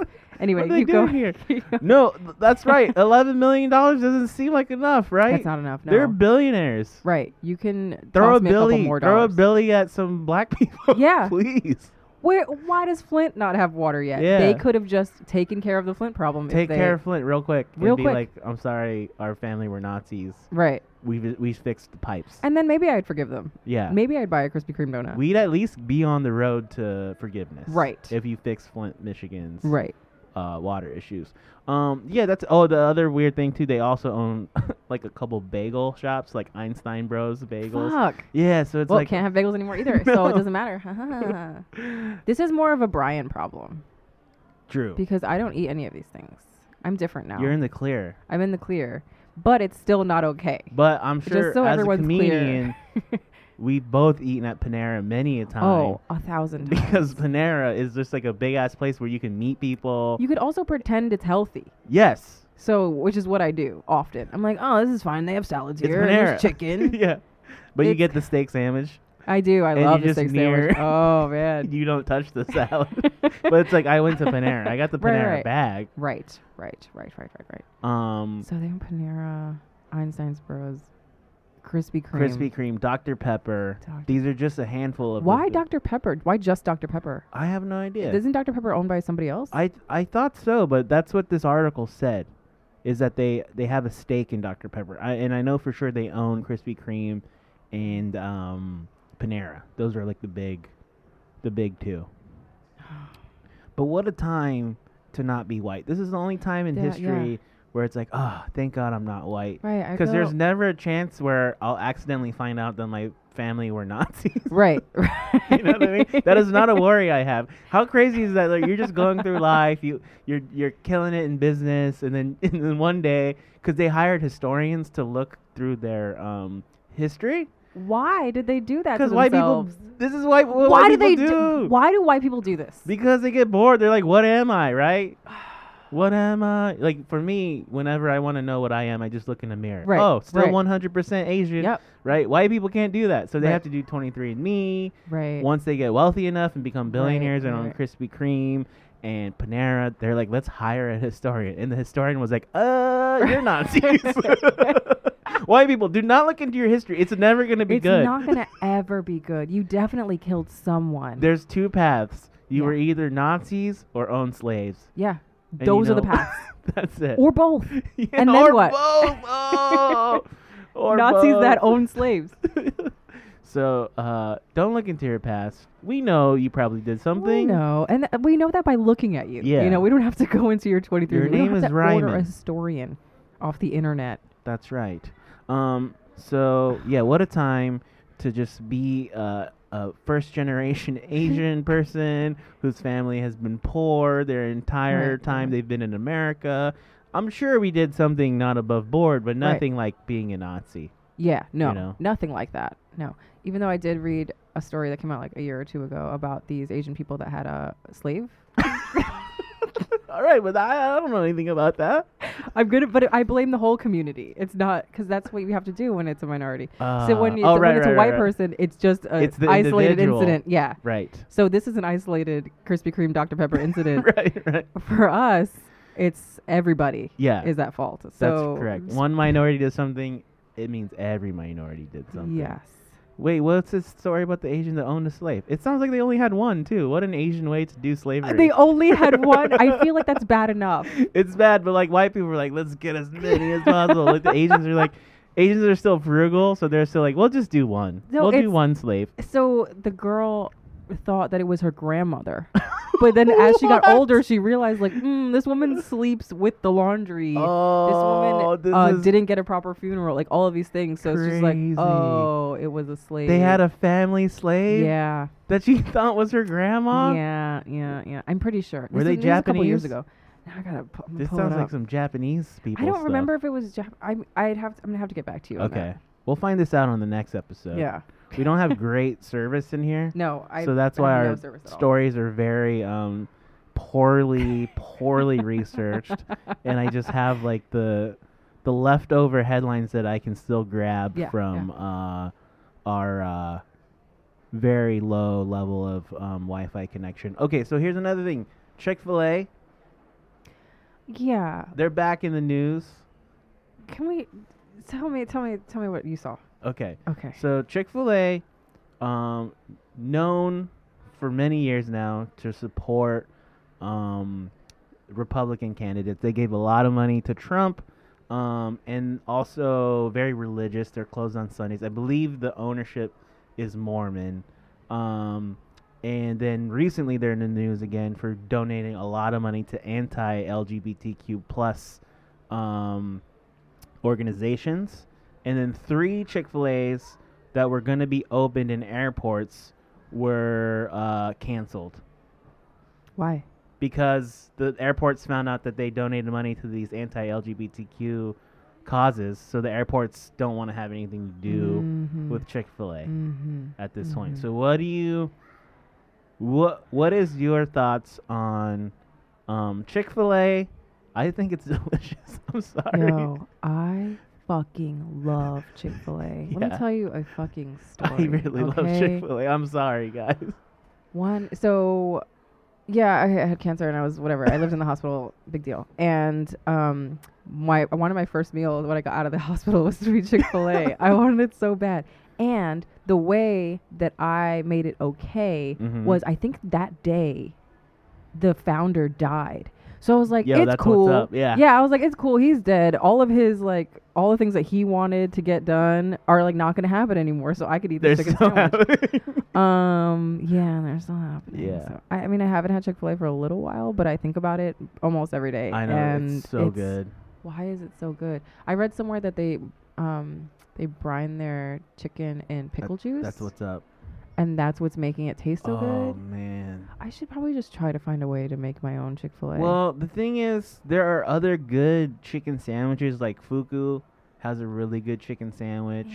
Anyway,
What are they
keep going.
doing here?
Keep going.
no, th- that's right. Eleven million dollars doesn't seem like enough, right?
That's not enough. No.
They're billionaires.
right. You can
Throw
toss
a
me a couple
billy,
more
throw a
dollars.
billy at some black people.
Yeah.
please.
Where? Why does Flint not have water yet?
Yeah.
They could have just taken care of the Flint problem. if
Take
they-
care of Flint real quick. and
Real
be
quick.
like, I'm sorry, our family were Nazis.
Right.
We we fixed the pipes.
And then maybe I'd forgive them.
yeah.
Maybe I'd buy a Krispy Kreme donut.
We'd at least be on the road to forgiveness.
Right.
If you fix Flint, Michigan's
right.
uh, water issues. Um, yeah, that's oh the other weird thing too. They also own like a couple bagel shops, like Einstein Bros bagels.
Fuck.
Yeah, so it's
well,
like
can't have bagels anymore either, so it
No.
doesn't matter. this is more of a Brian problem
Drew,
because I don't eat any of these things. I'm different now.
you're in the clear.
I'm in the clear, but it's still not okay.
But I'm sure
Just so
as a
everyone's
comedian,
clear.
we've both eaten at Panera many a time.
oh, a thousand times.
because Panera is just like a big ass place where you can meet people.
You could also pretend it's healthy.
yes,
So, which is what I do often. I'm like, oh, this is fine. They have salads
it's
here. and
Panera.
There's chicken.
yeah, but you
It's-
get the steak sandwich.
I do. I
And you
love the
just
steak
near-
sandwich. Oh man.
you don't touch the salad. but it's like I went to Panera. I got the
Right,
Panera
right.
bag.
Right, right, right, right, right, right.
Um,
So they have Panera, Einstein's Bros, Krispy Kreme.
Krispy Kreme, Dr Pepper.
Dr.
These are just a handful of. the-
Why Dr. Pepper? Why just Dr. Pepper?
I have no idea.
Isn't Dr. Pepper owned by somebody else?
I I thought so, but that's what this article said, is that they they have a stake in Dr Pepper, I, and I know for sure they own Krispy Kreme, and um, Panera. Those are like the big, the big two. But what a time to not be white. This is the only time in
Yeah, yeah.
history where it's like, oh, thank God I'm not white.
right. I
Because there's
feel-
never a chance where I'll accidentally find out that my family were Nazis.
right.
you know what I mean? That is not a worry I have. How crazy is that? Like you're just going through life, you you're you're killing it in business, and then and then one day, because they hired historians to look through their um history,
Why did they do that?
because
Because
white people. This is why. Why,
Why, do
people
they
do?
do? Why do white people do this?
Because they get bored. They're like, "What am I?" Right? What am I? Like for me, whenever I want to know what I am, I just look in the mirror.
Right,
Oh, still
right.
100% Asian.
Yep.
Right? White people can't do that, so they
Right.
have to do 23andMe.
Right.
Once they get wealthy enough and become billionaires
right,
and
right.
own Krispy Kreme and Panera, they're like, let's hire a historian. And the historian was like, uh, you're Nazis. White people, do not look into your history. It's never going to be
it's
good.
not gonna ever be good. You definitely killed someone.
There's two paths. You
Yeah.
were either Nazis or owned slaves.
yeah.
you
Those are the
know-
paths.
That's it.
or both.
Yeah,
and then
or
what?
both. Oh, or
Nazis that
both.
own slaves.
so uh, don't look into your past. We know you probably did
We
something.
know, and th- we know that by looking at you.
Yeah.
You know, we don't have to go into your 23.
Your
we don't
name
have
is
to order a
Ryman.
historian off the internet.
That's right. Um, so yeah, what a time to just be uh, a first generation Asian person whose family has been poor their entire
Right,
time
right.
they've been in America. I'm sure we did something not above board, but nothing like being a Nazi.
Yeah, no,
know?
nothing like that. No, even though I did read a story that came out like a year or two ago about these Asian people that had a slave.
All right, but I, I don't know anything about that.
I'm good, at, but I blame the whole community. It's not because that's what you have to do when it's a minority. so when,
Uh,
you,
oh,
so
right,
when it's
right,
a white
right, right.
person, it's just an
It's the
isolated
individual.
incident. Yeah.
right,
So this is an isolated Krispy Kreme Dr Pepper incident.
right, right,
For us, it's everybody.
yeah,
is at fault. So
that's correct. One minority does something, it means every minority did something.
Yes.
Wait, what's this story about the Asian that owned a slave? It sounds like they only had one too. What an Asian way to do slavery.
They only had one. I feel like that's bad enough.
it's bad, but like white people were like, let's get as many as possible. like the Asians are like, Asians are still frugal, so they're still like, we'll just do one.
No,
we'll do
it's-
one slave.
So the girl thought that it was her grandmother. But then as she got
What?
older, she realized like, mm, this woman sleeps with the laundry. this
Oh,
woman
this
uh,
is-
didn't get a proper funeral, like all of these things. So it's just like,
Crazy.
oh, it was a slave.
They had a family slave
yeah,
that she thought was her grandma.
yeah, yeah, yeah. I'm pretty sure.
Were
This
they
is- this is A couple years
Japanese?
ago. Now I gotta. Pu-
This
pull it
sounds
up.
like some Japanese people.
I don't
stuff.
remember if it was Jap- I'm I'd have to, I'm gonna have to get back to you. on
Okay,
that.
we'll find this out on the next episode.
Yeah.
we don't have great service in here.
No. I,
so that's
I
why
have no
our
service at all.
stories are very um, poorly, poorly researched, and I just have like the the leftover headlines that I can still grab
Yeah,
from Uh, our uh, very low level of um, Wi-Fi connection. Okay, so here's another thing: Chick Fil A,
Yeah.
they're back in the news.
Can we? Tell me. Tell me. Tell me what you saw.
Okay,
Okay.
so Chick Fil A, um, known for many years now to support um, Republican candidates. They gave a lot of money to Trump, um, and also very religious. They're closed on Sundays. I believe the ownership is Mormon. Um, and then recently, they're in the news again for donating a lot of money to anti-LGBTQ plus um, organizations. And then three Chick Fil A's that were going to be opened in airports were uh, canceled
Why?
because the airports found out that they donated money to these anti-LGBTQ causes, so the airports don't want to have anything to do
Mhm.
with Chick-fil-A
Mhm.
at this point.
Mhm.
So what do you what what is your thoughts on um Chick-fil-A? I think it's delicious. I'm sorry.
Yo, I fucking love Chick Fil A. Let
Yeah.
me tell you a fucking
I
story.
really love
okay?
Chick Fil A. I'm sorry, guys.
One, so yeah, I had cancer and I was whatever. I lived in the hospital, big deal. And um, my one of my first meals when I got out of the hospital was to be Chick Fil A. I wanted it so bad. And the way that I made it okay
Mhm.
was I think that day, the founder died. So I was like,
Yo,
it's
that's what's
cool.
up, yeah.
yeah, I was like, it's cool. He's dead. All of his like, all the things that he wanted to get done are like not going to happen anymore. So I could eat
They're
this chicken
so
sandwich.
happy.
Um, yeah, and they're still happening.
Yeah.
So, I, I mean, I haven't had Chick fil A for a little while, but I think about it almost every day.
I know
and
it's so good.
Why is it so good? I read somewhere that they, um, they brine their chicken in pickle juice.
That's what's up.
and that's what's making it taste so
oh
good.
man.
I should probably just try to find a way to make my own Chick fil A.
Well, the thing is, there are other good chicken sandwiches. Like Fuku has a really good chicken sandwich.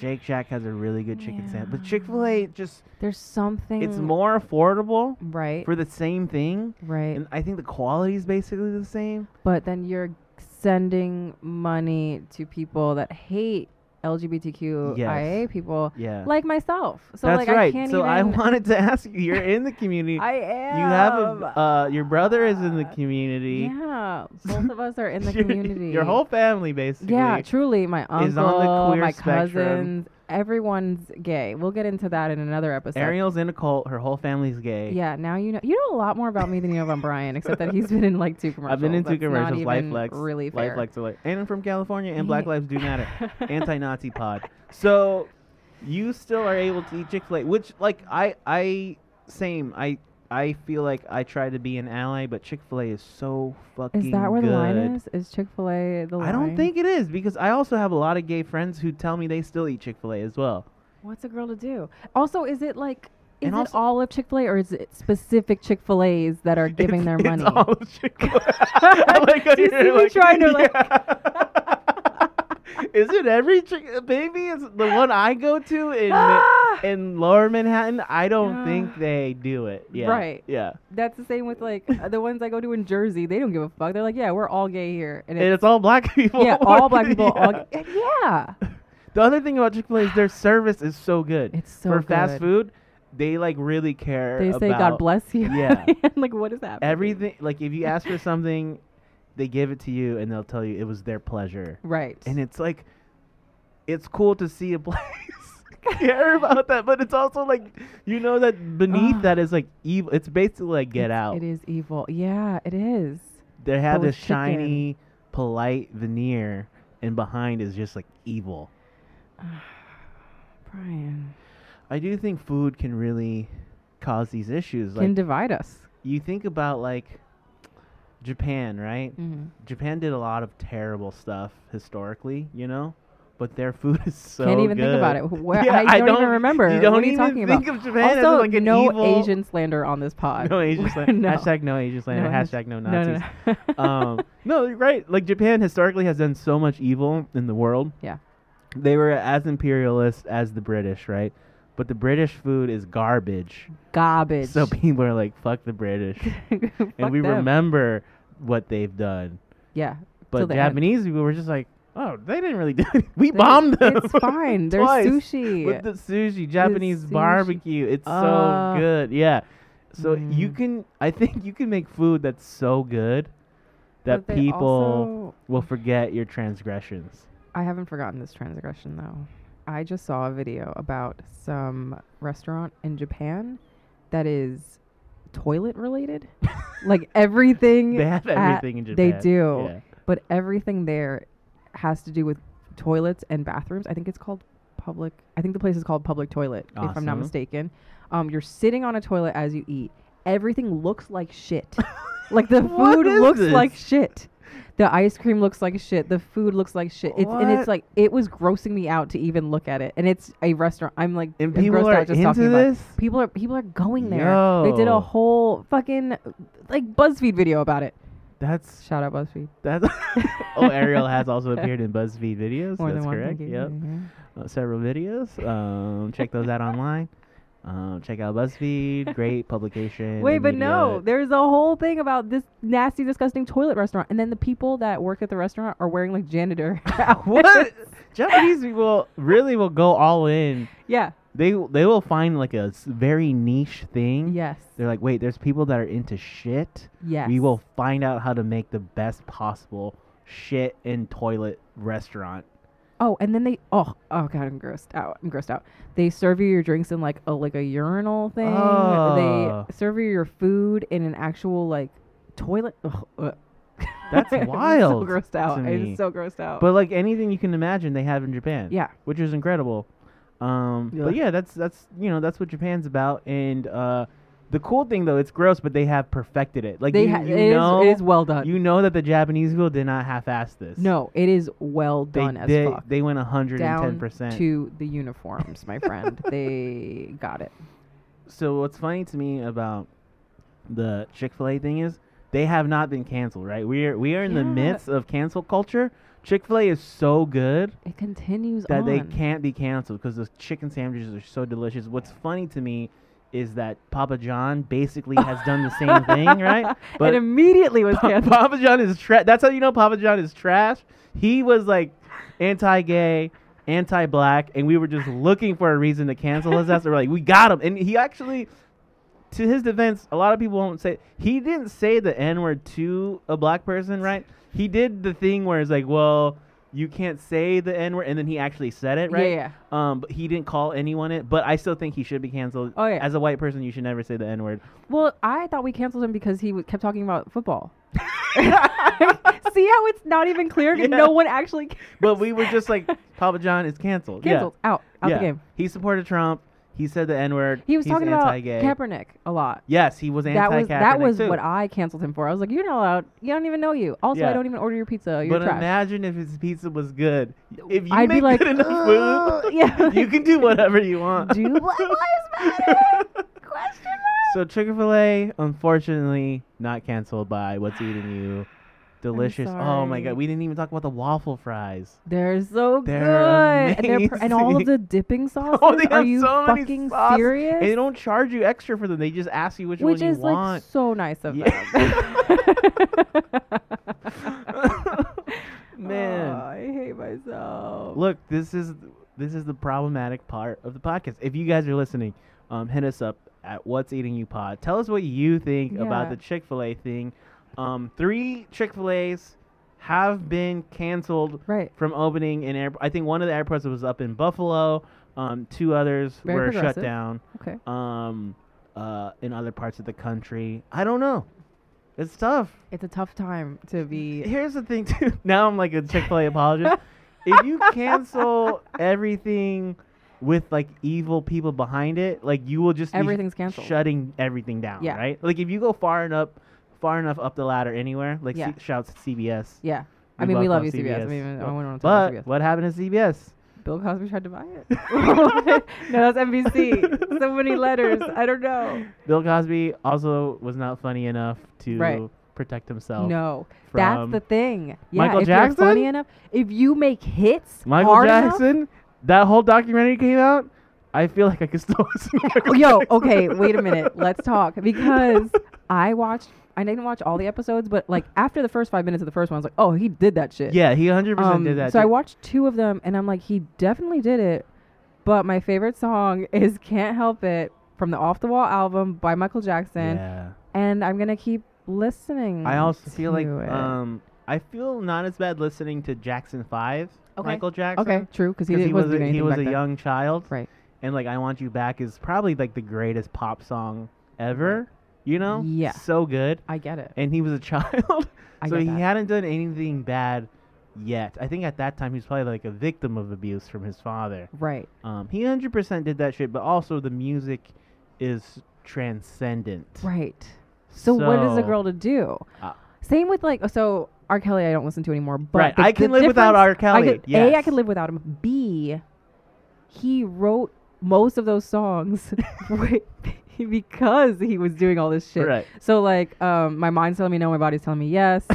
Shake Shack has a really good chicken sandwich. But
Yeah.
Chick Fil A just
there's something.
it's more affordable
Right.
for the same thing,
right.
and I think the quality is basically the same.
but then you're sending money to people that hate LGBTQIA
Yes.
people
Yeah,
like myself. So
that's
like
right.
I can't
so
even
I wanted to ask you. You're in the community.
I
you
am.
have a uh, your brother is in the
Uh,
community.
Yeah, both of us are in the
Your-
community.
Your whole family basically.
Yeah, truly. My
on the
uncle,
queer
my
spectrum.
cousins, everyone's gay. We'll get into that in another episode.
Ariel's in a cult. Her whole family's gay.
Yeah, now you know you know a lot more about me than you know about Brian, except that he's been in like two commercials.
I've been into
That's not
commercials, life
even
flex,
Really
life
fair.
flex, to life. and I'm from California, and
Yeah.
Black Lives Do Matter, anti-Nazi pod. So you still are able to eat Chick Fil A, which like I I same I I feel like I try to be an ally, but Chick Fil A is so fucking.
Is that where the line
good.
is? Is Chick Fil A the line?
I don't think it is because I also have a lot of gay friends who tell me they still eat Chick Fil A as well.
What's a girl to do? Also, is it like is
And
it
also-
all of Chick Fil A or is it specific Chick Fil A's that are giving
It's-
their
it's
money?
all Chick-fil-A. I like how
Do you
you're
see me
like-
trying to, like-
Yeah. Is it every chick? Maybe it's the one I go to in Ma- in Lower Manhattan. I don't
Yeah.
think they do it. Yeah.
Right.
Yeah.
That's the same with like uh, the ones I go to in Jersey. They don't give a fuck. They're like, yeah, we're all gay here, and
And
it's,
it's all black people.
yeah, all black people.
Yeah.
All g- and yeah,
The other thing about Chick Fil A is their service is so good.
it's so
For
good.
fast food, they like really care.
They say
about
God bless you.
Yeah.
I'm like what is that?
everything. Like if you ask for something, they give it to you, and they'll tell you it was their pleasure.
Right.
and it's like it's cool to see a place care about that but it's also like you know that beneath
Ugh.
that is like evil it's basically like get
It's-
out
It is evil. Yeah, it is.
they have
but
this
with chicken.
shiny polite veneer and behind is just like evil
Brian
i do think food can really cause these issues like
can divide us.
you think about like japan right japan did a lot of terrible stuff historically you know but their food is so
Can't even think about
good.
it. Where,
Yeah,
I, don't even remember.
You don't
what are you
even
talking
think
about?
of Japan
also,
as like an
no
evil,
Asian slander on this pod.
no Asian slander.
no.
Hashtag no Asian slander.
No,
hashtag no
no, no,
Nazis.
no.
um, no, you're right. Like Japan historically has done so much evil in the world.
Yeah.
they were as imperialist as the British, right? But the British food is garbage.
Garbage.
So people are like, "Fuck the British," and
Fuck
we
them.
remember what they've done.
Yeah. till
But
the end.
Japanese people were just like, "Oh, they didn't really do. It. We
They-
bombed them."
It's fine. There's
Twice
sushi.
with the sushi, Japanese
sushi.
barbecue. It's
Uh,
so good. Yeah. So you
Mm.
can I think you can make food that's so good that
But they
people
also-
will forget your transgressions.
I haven't forgotten this transgression though. I just saw a video about some restaurant in Japan that is toilet related. like everything
They have
at-
everything in Japan.
they do.
Yeah.
but everything there has to do with toilets and bathrooms. I think it's called public. I think the place is called Public Toilet, if I'm not
Awesome.
mistaken. Um, you're sitting on a toilet as you eat. Everything looks like shit. like the
What
food
is
looks
this?
like shit. The ice cream looks like shit. The food looks like shit. It's, and
What?
it's like it was grossing me out to even look at it. And it's a restaurant. I'm like
And
I'm
people
grossed
are
out just talking
into
about it.
this?
People are people are going there. They did
Yo.
a whole fucking like BuzzFeed video about it.
That's
Shout out BuzzFeed.
that's Oh, Ariel has also appeared in BuzzFeed videos.
More
that's
than one.
correct.
Thank you.
Yep.
Mhm.
Uh, several videos. Um check those out online. Um, check out BuzzFeed, great publication.
Wait,
and
but
media.
no, there's a whole thing about this nasty, disgusting toilet restaurant, and then the people that work at the restaurant are wearing like janitor.
what? Japanese people really will go all in.
yeah.
They they will find like a s- very niche thing.
Yes.
They're like, wait, there's people that are into shit.
Yes.
We will find out how to make the best possible shit and toilet restaurant.
Oh, and then they. Oh, oh God, I'm grossed out. I'm grossed out. They serve you your drinks in like a like a urinal thing.
Oh.
They serve you your food in an actual like toilet. Ugh, ugh.
That's
I'm
wild
so grossed out.
to me.
I'm so grossed out.
But like anything you can imagine, they have in Japan.
yeah.
which is incredible. Um,
Yeah.
But yeah, that's that's you know that's what Japan's about. And uh, the cool thing though, it's gross, but they have perfected it. Like
they
you,
ha-
you
it is-
know,
it is well done.
you know that the Japanese people did not half-ass this.
no, it is well
they
done as
they,
fuck.
they went hundred and ten
down
percent.
to the uniforms, my friend. they got it.
So what's funny to me about the Chick Fil A thing is they have not been canceled. Right? We are we are in the
Yeah.
midst of cancel culture. Chick Fil A is so good.
It continues
that
on.
they can't be canceled because those chicken sandwiches are so delicious. What's funny to me is that Papa John basically has done the same thing, right? But
it immediately was
Pa-
canceled.
Papa John is trash. That's how you know Papa John is trash. He was like anti-gay, anti-black, and we were just looking for a reason to cancel his ass. We're like, we got him, and he actually. To his defense, a lot of people won't say he didn't say the N word to a black person, right? He did the thing where it's like, well, you can't say the N word, and then he actually said it, right?
Yeah, yeah.
Um, but he didn't call anyone it. But I still think he should be canceled.
Oh, yeah.
As a white person, you should never say the N word.
Well, I thought we canceled him because he w- kept talking about football. See how it's not even clear because
Yeah.
no one actually cares.
But we were just like, Papa John is canceled. Yeah.
canceled out out the game.
He supported Trump. He said the N word.
He was
He's
talking about
anti-gay.
Kaepernick a lot.
Yes, he was
That
anti-Kaepernick
was that was
too.
what I canceled him for. I was like, you're not allowed. You don't even know you. Also,
Yeah.
I don't even order your pizza. You're
but
trash.
imagine if his pizza was good. If you
I'd be
make
like,
good enough food,
"Ugh," yeah,
you can do whatever you want.
Do black lives matter? Question mark.
so Chick Fil A, unfortunately, not canceled by What's Eating You. Delicious. Oh my
sorry.
god, we didn't even talk about the waffle fries.
They're so
They're
good. And, pr- and all
amazing.
of the dipping sauces.
Oh, they have
Are you
so many
fucking
sauce,
serious?
And they don't charge you extra for them. They just ask you which,
Which
one you
is like
want.
so nice of
Yeah.
them.
Man.
Oh, I hate myself.
look this is this is the problematic part of the podcast if you guys are listening um, hit us up at what's eating you pod tell us what you think about
Yeah.
the chick-fil-a thing um, three chick-fil-a's have been canceled
Right.
from opening in air i think one of the airports was up in buffalo um, two others
Very
were shut
progressive.
down
Okay.
um, uh, in other parts of the country i don't know it's tough
It's a tough time to be.
Here's the thing, too. Now I'm like a Chick Fil A apologist. if you cancel everything with like evil people behind it, like you will just be
Everything's canceled.
shutting everything down,
Yeah.
right? Like if you go far enough, far enough up the ladder anywhere, like
Yeah.
C- shouts CBS.
Yeah.
We
I mean, we
love
love you, CBS. I
CBS.
mean, I
Well,
wouldn't want to talk
But
about CBS.
what happened to CBS?
Bill Cosby tried to buy it. no, that's NBC. so many letters. I don't know.
Bill Cosby also was not funny enough to
Right.
protect himself.
no,
from-
that's the thing. Yeah,
Michael
if
Jackson?
you're funny enough, if you make hits,
Michael
hard enough-
Jackson, that whole documentary came out. I feel like I could still listen to Michael
Oh, Yo,
Jackson.
okay, wait a minute. Let's talk because I watched. I didn't watch all the episodes, but like after the first five minutes of the first one, I was like, "Oh, he did that shit."
Yeah, he 100%
Um,
did that.
so I
too.
watched two of them, and I'm like, "He definitely did it." But my favorite song is "Can't Help It" from the Off the Wall album by Michael Jackson,
Yeah.
and I'm gonna keep listening.
I also feel like
to it.
um I feel not as bad listening to Jackson Five,
Okay.
Michael Jackson.
okay, true, because he,
Because he,
didn't-
was
wasn't
a,
doing
he
anything
was
back
a
then.
young child,
right?
and like I Want You Back is probably like the greatest pop song ever. You know,
Yeah.
so good.
I get it.
And he was a child,
I
so
get
he
that.
hadn't done anything bad yet. I think at that time he was probably like a victim of abuse from his father.
Right.
Um, he hundred percent did that shit, but also the music is transcendent.
Right. So, what is a
So-
girl to do?
Ah.
Same with like so R. Kelly I don't listen to anymore. But
Right,
the-
I
the
can live without
difference-
R. Kelly,
I could, A I
yes.
can live without him. B he wrote most of those songs wi- because he was doing all this shit.
Right.
So like um, my mind's telling me no, my body's telling me yes.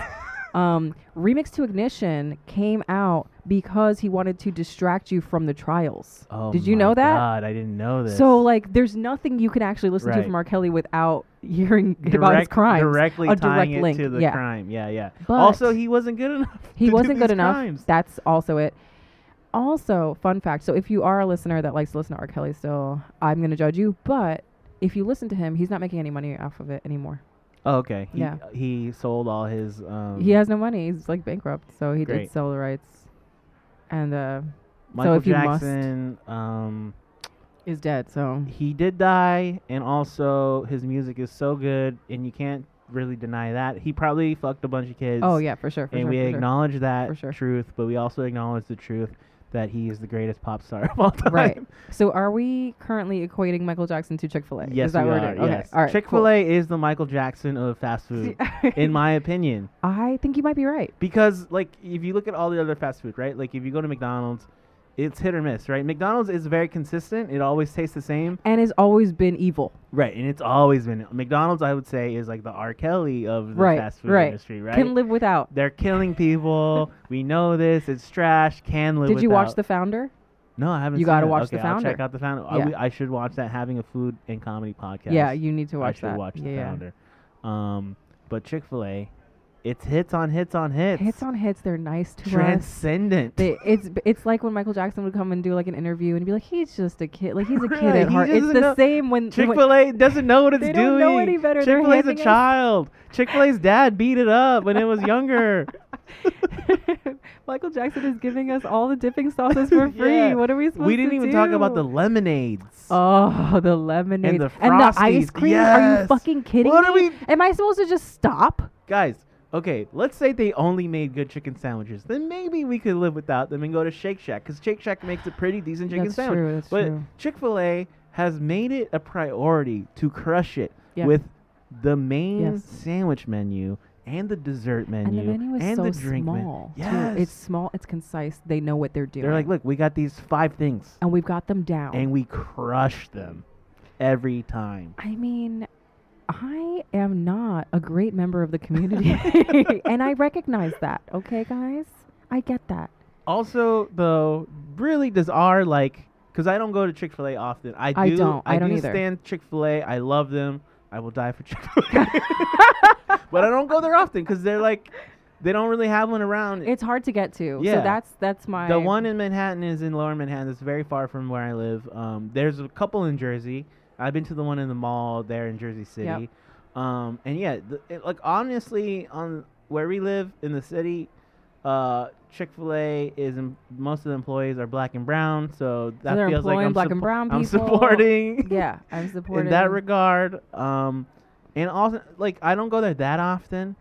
um, Remix to Ignition came out because he wanted to distract you from the trials.
Oh
Did you
my
know that?
God, I didn't know this.
So like, there's nothing you can actually listen to
Right.
from R. Kelly without hearing about his
Direct-
crimes.
directly
A
tying
direct
it
link,
to the
yeah.
crime. Yeah, yeah.
But
also, he wasn't good enough.
He
to do
wasn't good
these
enough.
crimes.
That's also it. Also, fun fact. So if you are a listener that likes to listen to R. Kelly still, I'm gonna judge you. But if you listen to him, he's not making any money off of it anymore.
Oh, okay. He,
Yeah.
He sold all his. Um,
he has no money. He's like bankrupt. So he
Great.
did sell the rights, and uh,
Michael
if you must-
Jackson. Um,
is dead. So
he did die, and also his music is so good, and you can't really deny that. He probably fucked a bunch of kids.
oh yeah, for sure. For
and
sure,
we
for sure.
acknowledge
For
that
sure.
truth, but we also acknowledge the truth that he is the greatest pop star of all time.
Right. So are we currently equating Michael Jackson to Chick Fil A?
Yes,
is that
we
what
are.
we're doing?
Yes.
Okay. All right.
Chick Fil A is the Michael Jackson of fast food,
cool.
in my opinion.
I think you might be right.
Because like if you look at all the other fast food, right? Like if you go to McDonald's, it's hit or miss, right? McDonald's is very consistent. It always tastes the same,
And has always been evil.
right? And it's always been McDonald's. I would say is like the R. Kelly of the
Right,
fast food
right.
industry, right?
Can live without.
They're killing people. we know this. It's trash. Can live.
Did you watch
without.
The Founder?
No, I haven't.
You
seen
gotta
it.
watch
okay,
The
I'll check
Founder.
out the founder. I,
Yeah.
we- I should watch that. Having a food and comedy podcast.
Yeah, you need to watch
I should
that.
watch
yeah,
the
yeah.
founder. Um, but Chick Fil A, it's hits on hits on hits.
Hits on hits. They're nice to us.
transcendent.
They, it's it's like when Michael Jackson would come and do like an interview and be like, he's just a kid. Like he's a kid
Right,
at
he
heart. It's
doesn't
the
know-
same when
Chick
when-
Fil A doesn't know what it's
They
doing.
don't know any better. They're
Chick Fil A's a
handing us-
child. Chick Fil A's dad beat it up when it was younger.
Michael Jackson is giving us all the dipping sauces for free.
Yeah.
What are we supposed to
we didn't even talk about
do?
the lemonades.
Oh, the lemonade
the
ice
Frosties.
cream. Are
Yes.
you fucking kidding
What are
me?
we-
Am I supposed to just stop?
Guys, okay, let's say they only made good chicken sandwiches. Then maybe we could live without them and go to Shake Shack because Shake Shack makes a pretty decent chicken
That's
sandwich.
true, that's
but
true.
Chick Fil A has made it a priority to crush it
Yeah.
with the main
Yes.
sandwich menu and the dessert
And
menu
the menu is
and
so
the drink menu.
small. too.
Yes.
It's small, it's concise. They know what they're doing.
They're like, look, we got these five things,
and we've got them down.
and we crush them every time.
I mean, I am not a great member of the community. and I recognize that, okay, guys? I get that.
Also, though, really does our like because I don't go to Chick Fil A often. I do.
I don't. I don't
do
either.
stand Chick Fil A. I love them. I will die for Chick Fil A. but I don't go there often because they're like they don't really have one around.
It's hard to get to.
Yeah.
So that's that's my
the one in Manhattan is in Lower Manhattan. It's very far from where I live. Um, there's a couple in Jersey. I've been to the one in the mall there in Jersey City. Um, and yeah, th- it, like honestly, on where we live in the city, uh, Chick Fil A is em- most of the employees are black and brown, so that
they're
feels like
employing
I'm,
black and brown
I'm
people.
supporting
Yeah, I'm supporting
in that regard. Um, and also, like, I don't go there that often,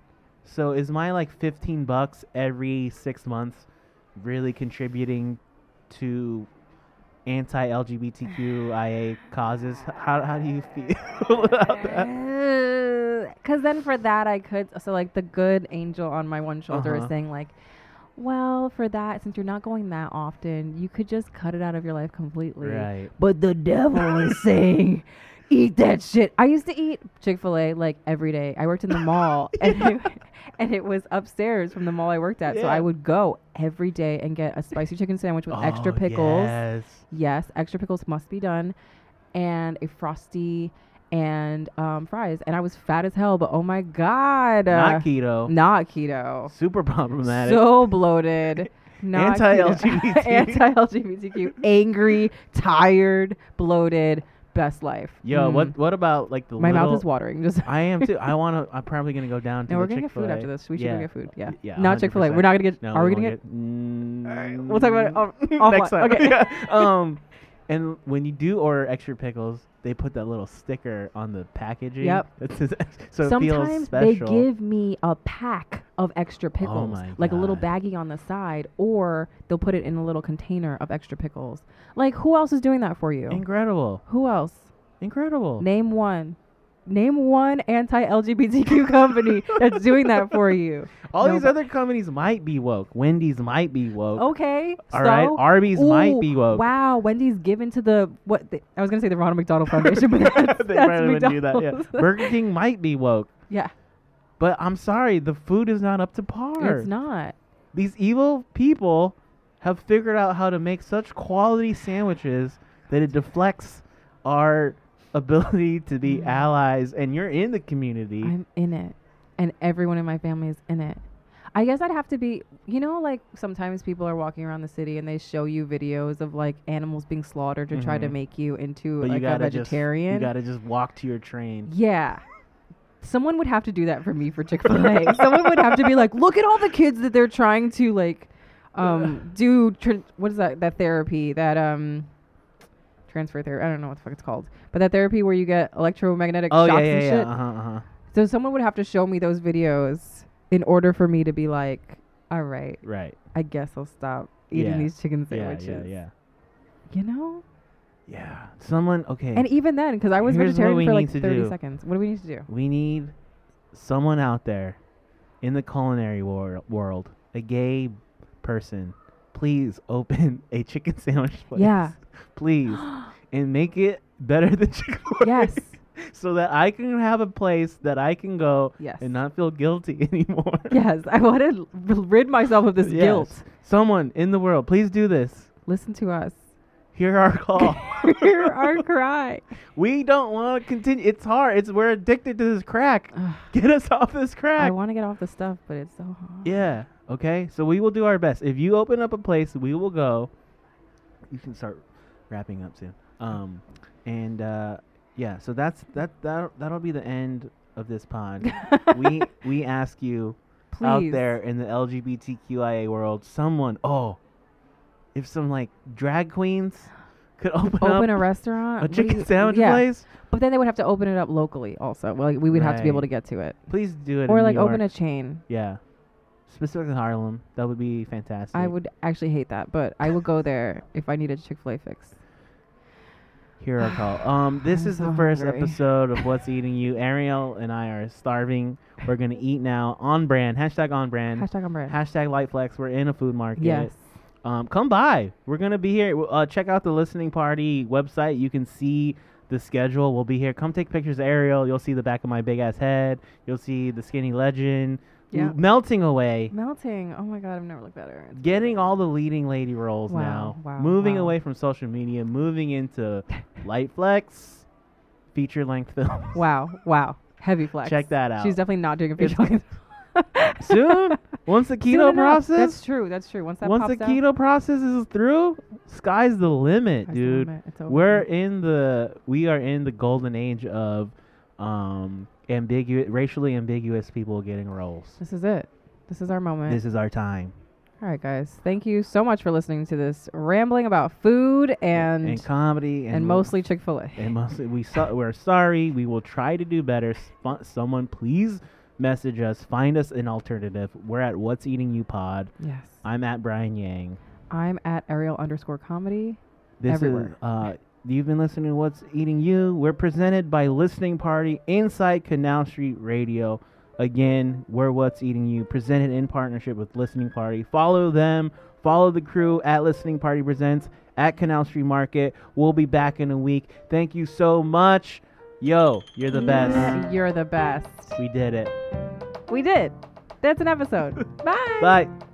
so is my like fifteen bucks every six months really contributing to anti-LGBTQIA causes? H- How how do you feel about that?
Because Uh, then for that, I could. So, like, the good angel on my one shoulder
Uh-huh.
is saying, like, well, for that, since you're not going that often, you could just cut it out of your life completely.
Right.
But the devil is saying, eat that shit. I used to eat Chick fil A like every day. I worked in the mall, and, it, and it was upstairs from the mall I worked at. So
Yeah.
I would go every day and get a spicy chicken sandwich with extra pickles.
Oh, Yes.
Yes, extra pickles must be done, and a frosty and um, fries. And I was fat as hell, but oh my god, uh,
Not keto.
not keto,
Super problematic.
so bloated. Not keto.
Anti-LGBTQ.
anti-LGBTQ, angry, tired, bloated, best life.
Yo,
Mm.
what what about like the
My
little,
mouth is watering. Just
I am too. I want to. I'm probably gonna go down to.
no,
the
we're gonna get food
Chick-fil-A.
after this. We should
yeah.
go get food. Yeah,
Y- yeah,
not
100%.
Chick Fil A. We're not gonna get.
No,
are we
won't
gonna get?
Mm,
Alright, we'll talk about it off-
next
offline.
time.
Okay.
Yeah. Um, and when you do order extra pickles, they put that little sticker on the packaging.
Yep.
That says ex- so it feels
Sometimes they
special. Oh
give me a pack of extra pickles,
my
like a little
God.
baggie on the side, or they'll put it in a little container of extra pickles. Like, who else is doing that for you?
incredible,
who else?
incredible.
Name one. Name one anti-LGBTQ company that's doing that for you.
All
No,
these
but- Oh,
other companies might be woke. Wendy's might be woke.
Okay.
All right,
so-
Arby's might
Ooh,
be woke.
Wow, Wendy's given to the what? The, I was gonna say the Ronald McDonald Foundation, but that's,
they
that's
probably wouldn't do that. Yeah.
McDonald's.
Burger King might be woke,
yeah,
but I'm sorry, the food is not up to par.
it's not.
These evil people have figured out how to make such quality sandwiches that it deflects our ability to be
Mm.
allies. And you're in the community.
I'm in it, and everyone in my family is in it. I guess I'd have to be, you know, like sometimes people are walking around the city and they show you videos of like animals being slaughtered to try to
Mhm.
make you into
but you
like a
gotta just you
vegetarian.
gotta just walk to your train.
yeah. Someone would have to do that for me for Chick fil A. Someone would have to be like, look at all the kids that they're trying to like um do tr- what is that that therapy that um transfer therapy I don't know what the fuck it's called but that therapy where you get electromagnetic
Oh yeah,
shocks
yeah,
and
yeah.
shit
Uh-huh, uh-huh.
so someone would have to show me those videos in order for me to be like, all right,
Right.
I guess I'll stop eating
Yeah.
these chicken
Yeah,
sandwiches.
yeah, yeah.
You know?
Yeah. Someone. Okay.
And e- even then, because I was
Here's what we
vegetarian for like
need to
30
do.
seconds. What do we need to do?
We need someone out there in the culinary wor- world, a gay person. Please open a chicken sandwich place.
Yeah.
Please. and make it better than Chick fil A.
yes.
So that I can have a place that I can go
Yes.
and not feel guilty anymore.
yes. I want to rid myself of this
Yes.
guilt.
Someone in the world, please do this.
Listen to us.
Hear our call.
Hear our cry.
we don't want to continue. It's hard. It's we're addicted to this crack.
Ugh,
Get us off this crack.
Uh, I want to get off the stuff, but it's so hard.
Yeah. Okay. So we will do our best. If you open up a place, we will go. You can start wrapping up soon. Um, and uh, yeah. So that's that. That that'll be the end of this pod. we we ask you
Please.
out there in the LGBTQIA world, someone. Oh, if some like drag queens could open, up
Open a restaurant.
a
What do
chicken
you-
sandwich
yeah.
place,
But then they would have to open it up locally also. Well, we would have to be able
Right.
to get to it.
please do it.
Or
in
like
New
open a
York.
chain.
yeah. Specifically Harlem, that would be fantastic.
I would actually hate that, but I will go there if I need a Chick Fil A fix.
Hero call. Um, this
I'm
is the
so
first
hungry.
episode of What's Eating You. Ariel and I are starving. We're gonna eat now. On brand. Hashtag on brand.
Hashtag on bread.
Hashtag light flex. We're in a food market.
yes,
Um, come by. We're gonna be here. W- Uh, check out the listening party website. You can see the schedule. We'll be here. Come take pictures of Ariel. You'll see the back of my big ass head. You'll see the skinny legend
Yeah.
M- melting away.
melting. Oh my god, I've never looked better. It's
Getting all the leading lady roles
Wow,
now.
wow,
moving
wow.
away from social media, moving into light flex, feature length films.
wow, wow, heavy flex.
Check that out.
She's definitely not doing a
It's-
feature. length.
Soon, once the
Soon
keto
enough. That's
process,
true. That's true. Once that
once
pops
the
out,
keto process is through, sky's the limit,
that's
dude.
over. It's over.
We're in the we are in the golden age of um ambiguous racially ambiguous people getting roles.
This is it. This is our moment.
This is our time.
All right, guys. Thank you so much for listening to this rambling about food and
and comedy and,
and
lo-
mostly Chick Fil A.
and mostly we so, we're sorry. We will try to do better. Sp- someone please message us. Find us an alternative. We're at What's Eating You Pod.
Yes,
I'm at Brian Yang.
I'm at Ariel underscore comedy.
This is
Everywhere.
uh you've been listening to What's Eating You. We're presented by Listening Party inside Canal Street Radio. Again, we're What's Eating You, presented in partnership with Listening Party. Follow them, follow the crew at Listening Party Presents at Canal Street Market. We'll be back in a week. Thank you so much. Yo, you're the best.
You're the best.
We did it.
We did. That's an episode. Bye.
Bye.